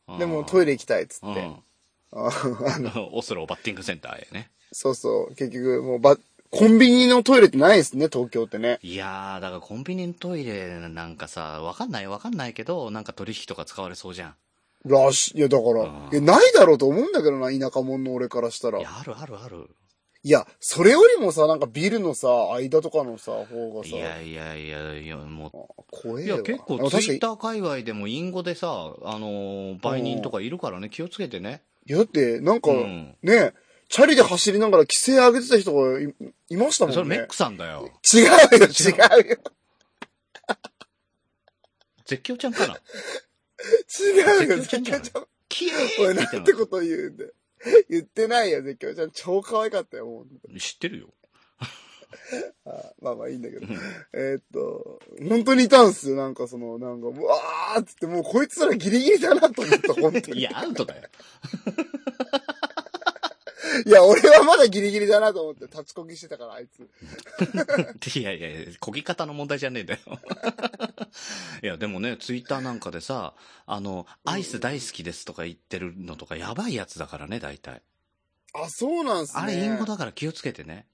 かね。でも、トイレレ行きたいっつうって。ん。ああのオスローバッティングセンターへね。 そうそう。結局、もう、ば、コンビニのトイレってないですね、東京ってね。いやー、だからコンビニのトイレなんかさ、わかんないわかんないけど、なんか取引とか使われそうじゃん。らしい。いや、だから、うんいやないだろうと思うんだけどな、田舎者の俺からしたら。いいや、あるあるある。や、それよりもさ、なんかビルのさ、間とかのさ、方がいさ、やいやいやいや、もうあ怖えいよや、な。結構でも、ツイ確かにッ、ター界隈でも、隠語でさ、あのー売人とかいるからね、気をつけてね。いや、だって、なんか、うん。ね、チャリで走りながら規制上げてた人がいいましたもんね。それメックさんだよ。違うよ、違うよ。絶叫ちゃんか な。違うよ、絶絶叫ちゃん叫じちゃん。キエおーい、みなたいんなてこと言うんだよ。言ってないよ、絶叫ちゃん。超可愛かったよ、もう。知ってるよ。あまあまあいいんだけうど。んえーっと、本当にいたんすよ、なんかその、なんか、うわーっつって、もうこいつらギリギリだなと思った、本当に。いや、アウトだよ。いや、俺はまだギリギリだなと思って、立ちこぎしてたから、あい つ。いやいやいや、こぎ方の問題じゃねえんだよ。 いや、でもね、ツイッターなんかでさ、あの、アイス大好きですとか言ってるのとか、やばいやつだからね、大体。あ、そうなんすね。あれ、隠語。だから気をつけてね。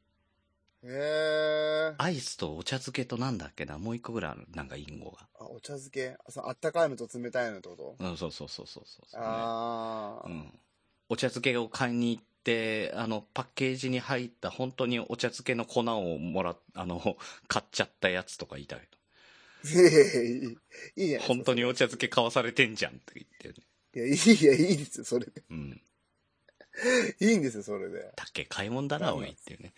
へー。アイスとお茶漬けとなんだっけな、もう一個ぐらいある、なんか隠語が。あ、お茶漬けあそのあったかいのと冷たいのってことうん、そうそうそうそうそうそうね、あー。うん。お茶漬けを買いに行って、あの、パッケージに入った、本当にお茶漬けの粉をもらっ、あの、買っちゃったやつとか言いたい。いやいやいやいいいいじゃないですか本当にお茶漬け買わされてんじゃんって言ってるね。いや、いい、いや、いいですよ、それで。うん。いいんですよ、それで。だっけ買い物だな、おいっていうね。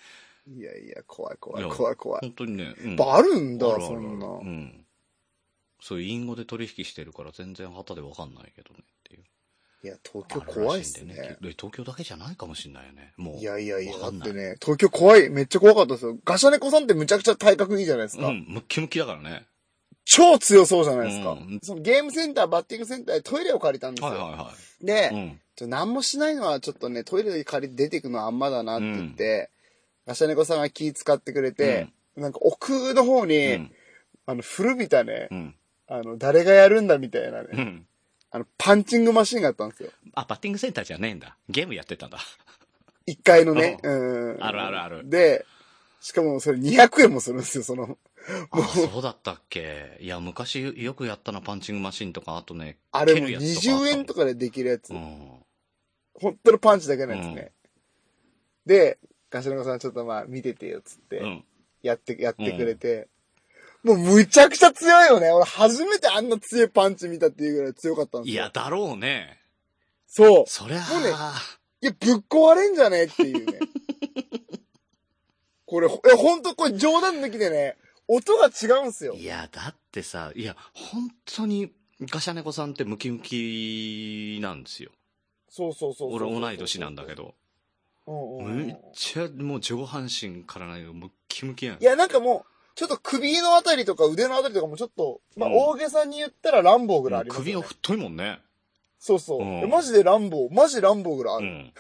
いやいや、怖い怖いいや怖い怖い。や本当にね。うんっぱあるんだ、あるあるそんな。うん。そういう隠語で取引してるから全然旗でわかんないけどねっていう。いや、東京怖いっすあるらしいんねで。ね。東京だけじゃないかもしんないよね。もう。いやいやいや、だわっかんないてね、東京怖い、めっちゃ怖かったですよ。ガシャネコさんってむちゃくちゃ体格いいじゃないですか。うん、ムッキムキだからね。超強そうじゃないですか、うんそのゲームセンター、バッティングセンターでトイレを借りたんですはよ。いはでいはい。、うん。ちょ何もしないのはちょっとね、トイレで借りて出てくのはあんまだなって言って、ガシャネコさんが気使ってくれて、なんか奥の方に、うんあの、古びたね、うん。あの、誰がやるんだみたいなね、うん。あの、パンチングマシンがあったんですよ。あ、バッティングセンターじゃねえんだ。ゲームやってたんだ。 1階のね。ううん。あるあるあるで、しかもそれ200円もするんですよ、その、あ、そうだったっけいや、昔よくやったな、パンチングマシンとか、あとね、あれ蹴もるやつとかあったも20ん円とかでできるやうつ。ん。本当のパンチだけのやつね。で、ガシャノさんちょっとまあ見ててよ、つって、うん。やって、やってくれて、もうむちゃくちゃ強いよね。俺初めてあんな強いパンチ見たっていうぐらい強かったんでいすよ。や、だろうね。そう。そりゃもうねあ、いや、ぶっ壊れんじゃねえっていうね。これ、ほえ、ほんと、これ冗談抜きでね、音が違うんすよ。いや、だってさ、いや、本当に、ガシャネコさんってムキムキなんですよ。そうそうそうそう俺同い年なんだけ。ど。うんうんうんめっちゃ、もう上半身からないムッキムキやんい。や、なんかもう、ちょっと首のあたりとか腕のあたりとかもちょっと、まあ、うん大げさに言ったらランボーぐらいありますよ、ね首が太いもんね。そうそう、うんでマジでランボー、マジランボーぐらいあうる。ん。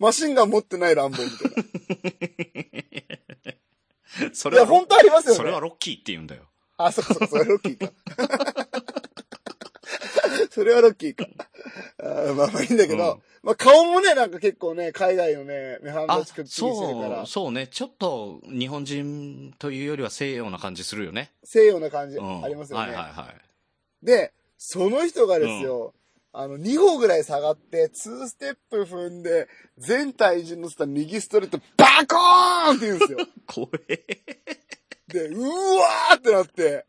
マシンガン持ってないランボーみたいな。そいや、ほんとありますよね。それはロッキーって言うんだよ。あ、そうそう、それはロッキーか。 それはロッキーか。あーまあまあいいんだけど、うんまあ顔もね、なんか結構ね、海外のね、目半あがつくっきりしてるかそらう、、そうね。ちょっと日本人というよりは西洋な感じするよね。西洋な感じうん。ありますよね。はいはいはい。で、その人がですよ、あの、2歩ぐらい下がって、2ステップ踏んで、全体重乗せた右ストレート、バコーンって言うんで すよ。怖え。で、うわーってなって、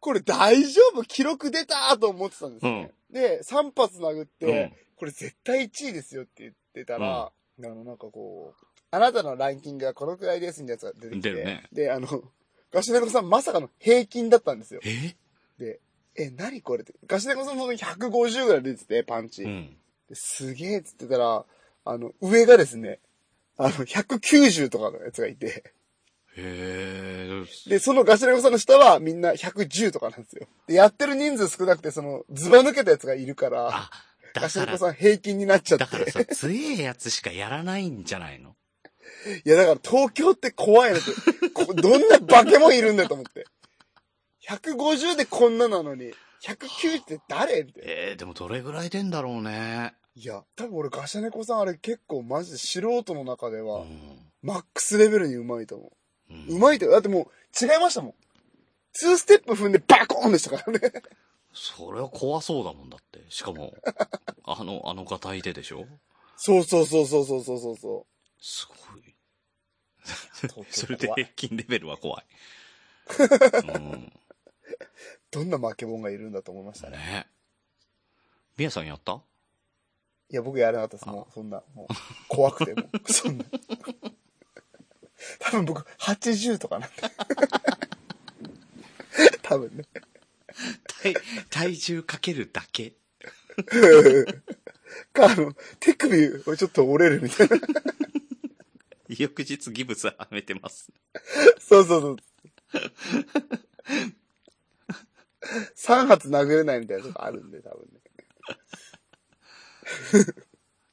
これ大丈夫記録出たーと思ってたんですね。で、3発殴って、うんこれ絶対1位ですよって言ってたら、あの、なんかこう、あなたのランキングがこのくらいですみたいなやつが出てきて、出るねで、あの、ガシネコさんまさかの平均だったんですよ。えで、え、何これって。ガシネコさんその時150ぐらい出てて、パンチ。うん。ですげえっつってたら、あの、上がですね、あの、190とかのやつがいて、へえ。で、そのガシラコさんの下はみんな110とかなんですよ。で、やってる人数少なくて、その、ズバ抜けたやつがいるから、あ、ガだシラかコら、さん平均になっちゃってだ。からさ、強えやつしかやらないんじゃないのいや、だから東京って怖いなって。 こどんな化け物いるんだと思って。150でこんななのに、109って誰って。えー、でもどれぐらい出んだろうね。いや、多分俺ガシャネコさんあれ結構マジで素人の中でうは、ん。マックスレベルにうまいと思う。うい。まいと、だってもう違いましたもん。2ステップ踏んでバコーンでしたからね。それは怖そうだもんだって。しかも、 あの、あのがたいででしょそうそうそうそうそうそうそうそすごい。う。それで怖平い均レベルは怖い。うん。どんな負け者がいるんだと思いましたね。ねみやさんやったいや、僕やらなかったです。もう、そんな、もう、怖くて、もう、 そんな。多分僕、80とかなんだ。 多分ね。体、体重かけるだけ。か、あの、手首、ちょっと折れるみたいな。翌日ギブスはめてます。そうそうそう。3発殴れないみたいなとこあるんで、多分ね。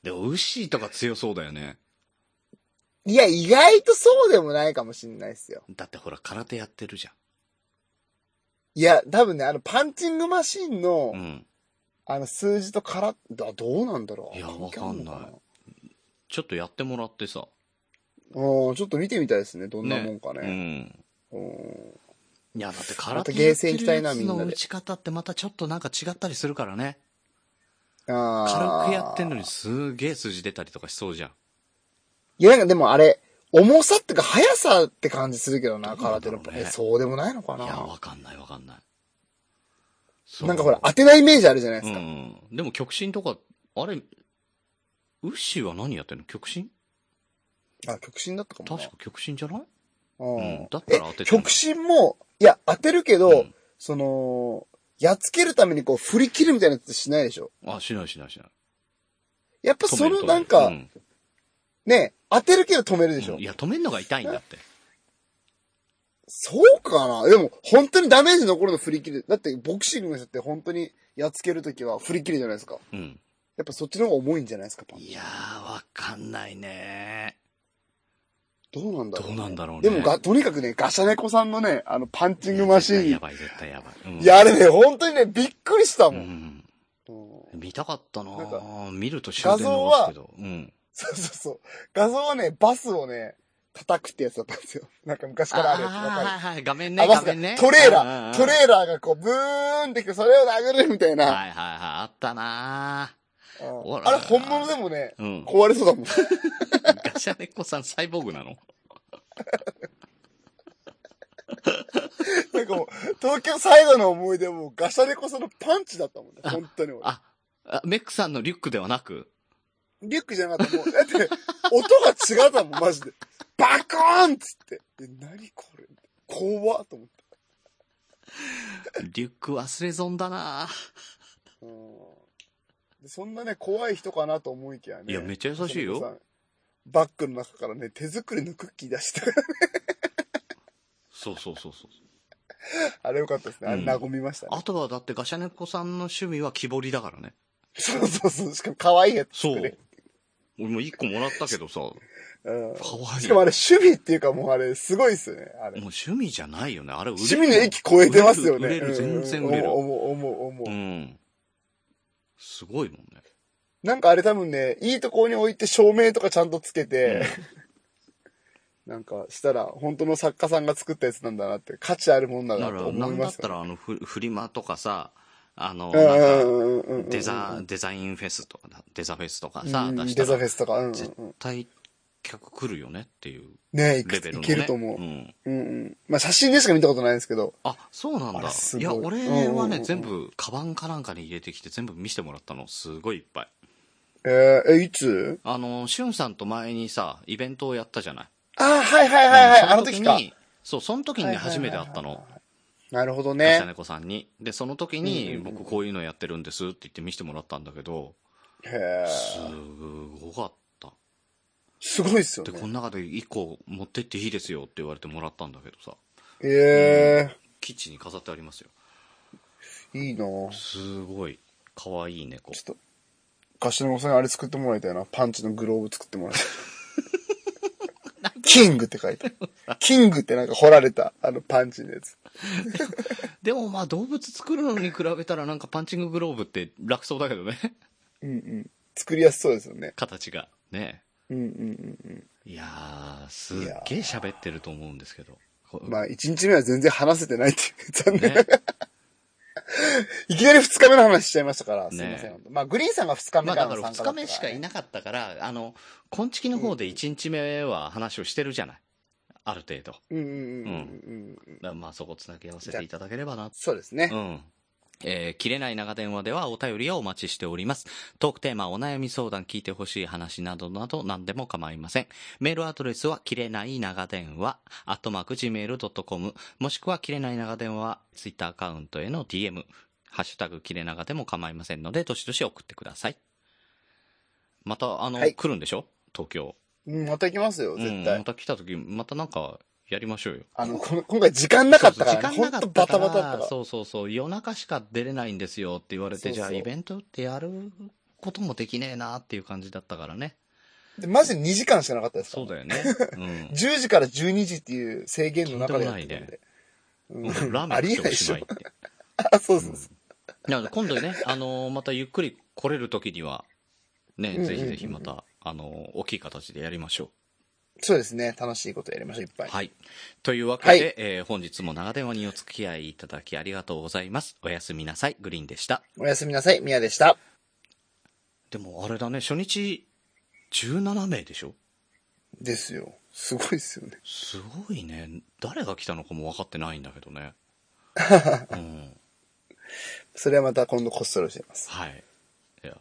でも、ウッシーとか強そうだよね。いや、意外とそうでもないかもしんないっすよ。だってほら、空手やってるじいや、多分ね、あの、パンチングマシンの、ゃん。うん。あの、数字とから、だ、どうなんだろう。いや関係あのわかんなな。ちょっとやってもらってさ。うん、ちょっと見てみたいですね。どんなもんかね。うんうん。いや、だって空手またゲやーってセン行きるたいなやつみんなので打ち方ってまたちょっとなんか違ったりするからね。あ軽ーくやってんのにすげえ数字出たりとかしそうじゃん。いや、なんかでもあれ、重さってか、速さって感じするけどな、どうなん空だ手ろのうね。えそうでもないのかいや、なわかんないわかんない。そうなんかほら、当てないイメージあるじゃないでうすか。ん。でも極真とか、あれ、ウッシーは何やってんの極真あ、極真だったかもな確か。極真じゃないうんうんだったら当てえても極真も、いや、当てるけど、うんその、やっつけるためにこう、振り切るみたいなやつしないでしょ。あ、しないしないしない。やっぱ止そめるのなんか、止めるうんね、当てるけど止めるでしょ。うんいや、止めるのが痛いんだって。そうかなでも、本当にダメージ残るの振り切る。だって、ボクシングの人って本当にやっつけるときは振り切るじゃないですか。うん。やっぱそっちの方が重いんじゃないですか、パンチいやー、わかんないねどうなんだろう、どうなんだろうね。でもが、とにかくね、ガシャネコさんのね、あの、パンチングマシーン。いやや、ばい、絶対やばい。絶対やばいうんあれね、本当にね、びっくりしたうもん。ん。うん見たかったななんぁか見ると終電逃すけど。うん。そうそうそう。画像はね、バスをね、 叩くってやつだったんですよ。なんか昔からあるやつ、わかはいる。はい、画面ね、あ、バ画スが、面ね。トうんうんレーうラんー、トレーラーがこう、ブーンってきて、それを殴るみたいな。はいはいはい、あったなうんほらあれ、本物でもね、ぁうん。壊れそうだもん。ガシャネコさんサイボーグなのなんかもう、東京最後の思い出はもうガシャレコさんのパンチだったもんね。本当に俺。あ、あメックさんのリュックではなく、リュックじゃなかった。もう、だって、音が違ったもん、マジで。バコーンっつって。え、何これ怖っと思って。リュック忘れ損だなぁうんでそんなね、怖い人かなと思いきやね。いやめっちゃ優しいよガシャレコさん。バッグの中からね、手作りのクッキー出して。 そうそうそうそう。あれよかったですね。あうれ、ん和みましたね。あとはだってガシャネコさんの趣味は木彫りだからね。そうそうそう。しかも可愛いやつそ作うれ。。俺も一個もらったけどさ、もうん可愛いしかもあれ、趣味っていうかもうあれ、すごいっすよね。あうれ。趣味じゃないよね。あれ売れ趣味の域超えてますよね。売れる、売れる全然売れるうん。思う、思う、思うう。ん。すごいもんね。なんかあれ多分ね、いいとこに置いて照明とかちゃんとつけて、 なんかしたら、本当の作家さんが作ったやつなんだなって、価値あるもんだだかなら、と思ないんだまっすたよ。ら、あの、フフリマとかさ、あの、うんなんか、うんうんうんデザ、デザインフェスとかな、デザフェスとかさ、うんうん出しデたザらフェ、スとか。うんうん絶うん対客来るよねっていうねいくレベルの、いね。けると思う。んうんうん。まあ写真でしか見たことないですけど。あ、そうなんあれだ。すいごいや、俺うんはうんうね、ん全部、カバンかなんかに入れてきて、全部見せてもらったの。すごいいっぱい。えー、え、いつあの、しゅんさんと前にさ、イベントをやったじゃない。あー、はいはいはいはい。あの時にか。そう、その時にね初めて会ったはいの。なるほガどシャね。ネコさんに。で、その時うんに、うんうん僕こういうのやってるんですって言って見せてもらったんだけど、へすーごかった。すごいっすよで、ねこ。の中で1個持ってっていいですよって言われてもらったんだけどさ、えキッチンに飾ってありますよ。ー、いいなぁすごい、かわいい猫。ちょっと、ガシの子さんにあれ作ってもらいたいな。パンチのグローブ作っても らいたい。キングって書いてある。キングってなんか掘られた、あのパンチのやつ。でもまあ動物作るのに比べたらなんかパンチンググローブって楽そうだけどね。うんうん。作りやすそうですよね。 形が。ね。うんうんうんいやー、すっげえ喋ってると思うんですけど。こ うん。まあ、一日目は全然話せてないっていう。残念。ね。いきなり二日目の話しちゃいましたから、すいません。ねまあ、グリーンさんが二日目まあからだかの参ら加だ2日目しかいななかったから、あの、昆虫の方で1日目は話をしてるじゃない。ある程度。だかい。うんうんうんうんうん。らまあそこつなぎ合わせていただければな。そうですねう。ん。えー切れない長電話ではお便りをお待ちしております。トークテーマ、お悩み相談、聞いてほしい話などなど何でも構いません。メールアドレスは、切れない長電話、アットマーク gmail.com、もしくは、切れない長電話、ツイッターアカウントへの DM、ハッシュタグ、切れ長でも構いませんので、どしどし送ってください。また、あの、はい来るんでしょ東京。うん、また行きますよ、絶うん対ま。た来た時、またなんか、やりましょうよ。あの、この今回時間なかったから、そうね、そう時間本なか当ったバかタらバタだったから。そうそうそう夜中しか出れないんですよって言われてそうそうじゃあイベントってやることもできねえなっていう感じだったからねでマジで2時間しかなかったですからそうね、だよね、うん、 10時から12時っていう制限の中でやってるんで。もううんラーメンありえ食っなておいでししょまいっ。てあ、 そうそうそう。なので今度ね、あのーまたゆっくり来れる時にはねうんうんぜひぜひまた、あのー大きい形でやりましょそうですね。楽しいことやりましょう、いっうぱい。はいというわけで、はいえー本日も長電話にお付き合いいただきありがとうございますおやすみなさいグリーンでしたおやすみなさい、みやでした。でもあれだね初日17名でしょですよ。すごいですよね。すごいね誰が来たのかも分かってないんだけどねうんそれはまた今度こっそり教えます。はいいや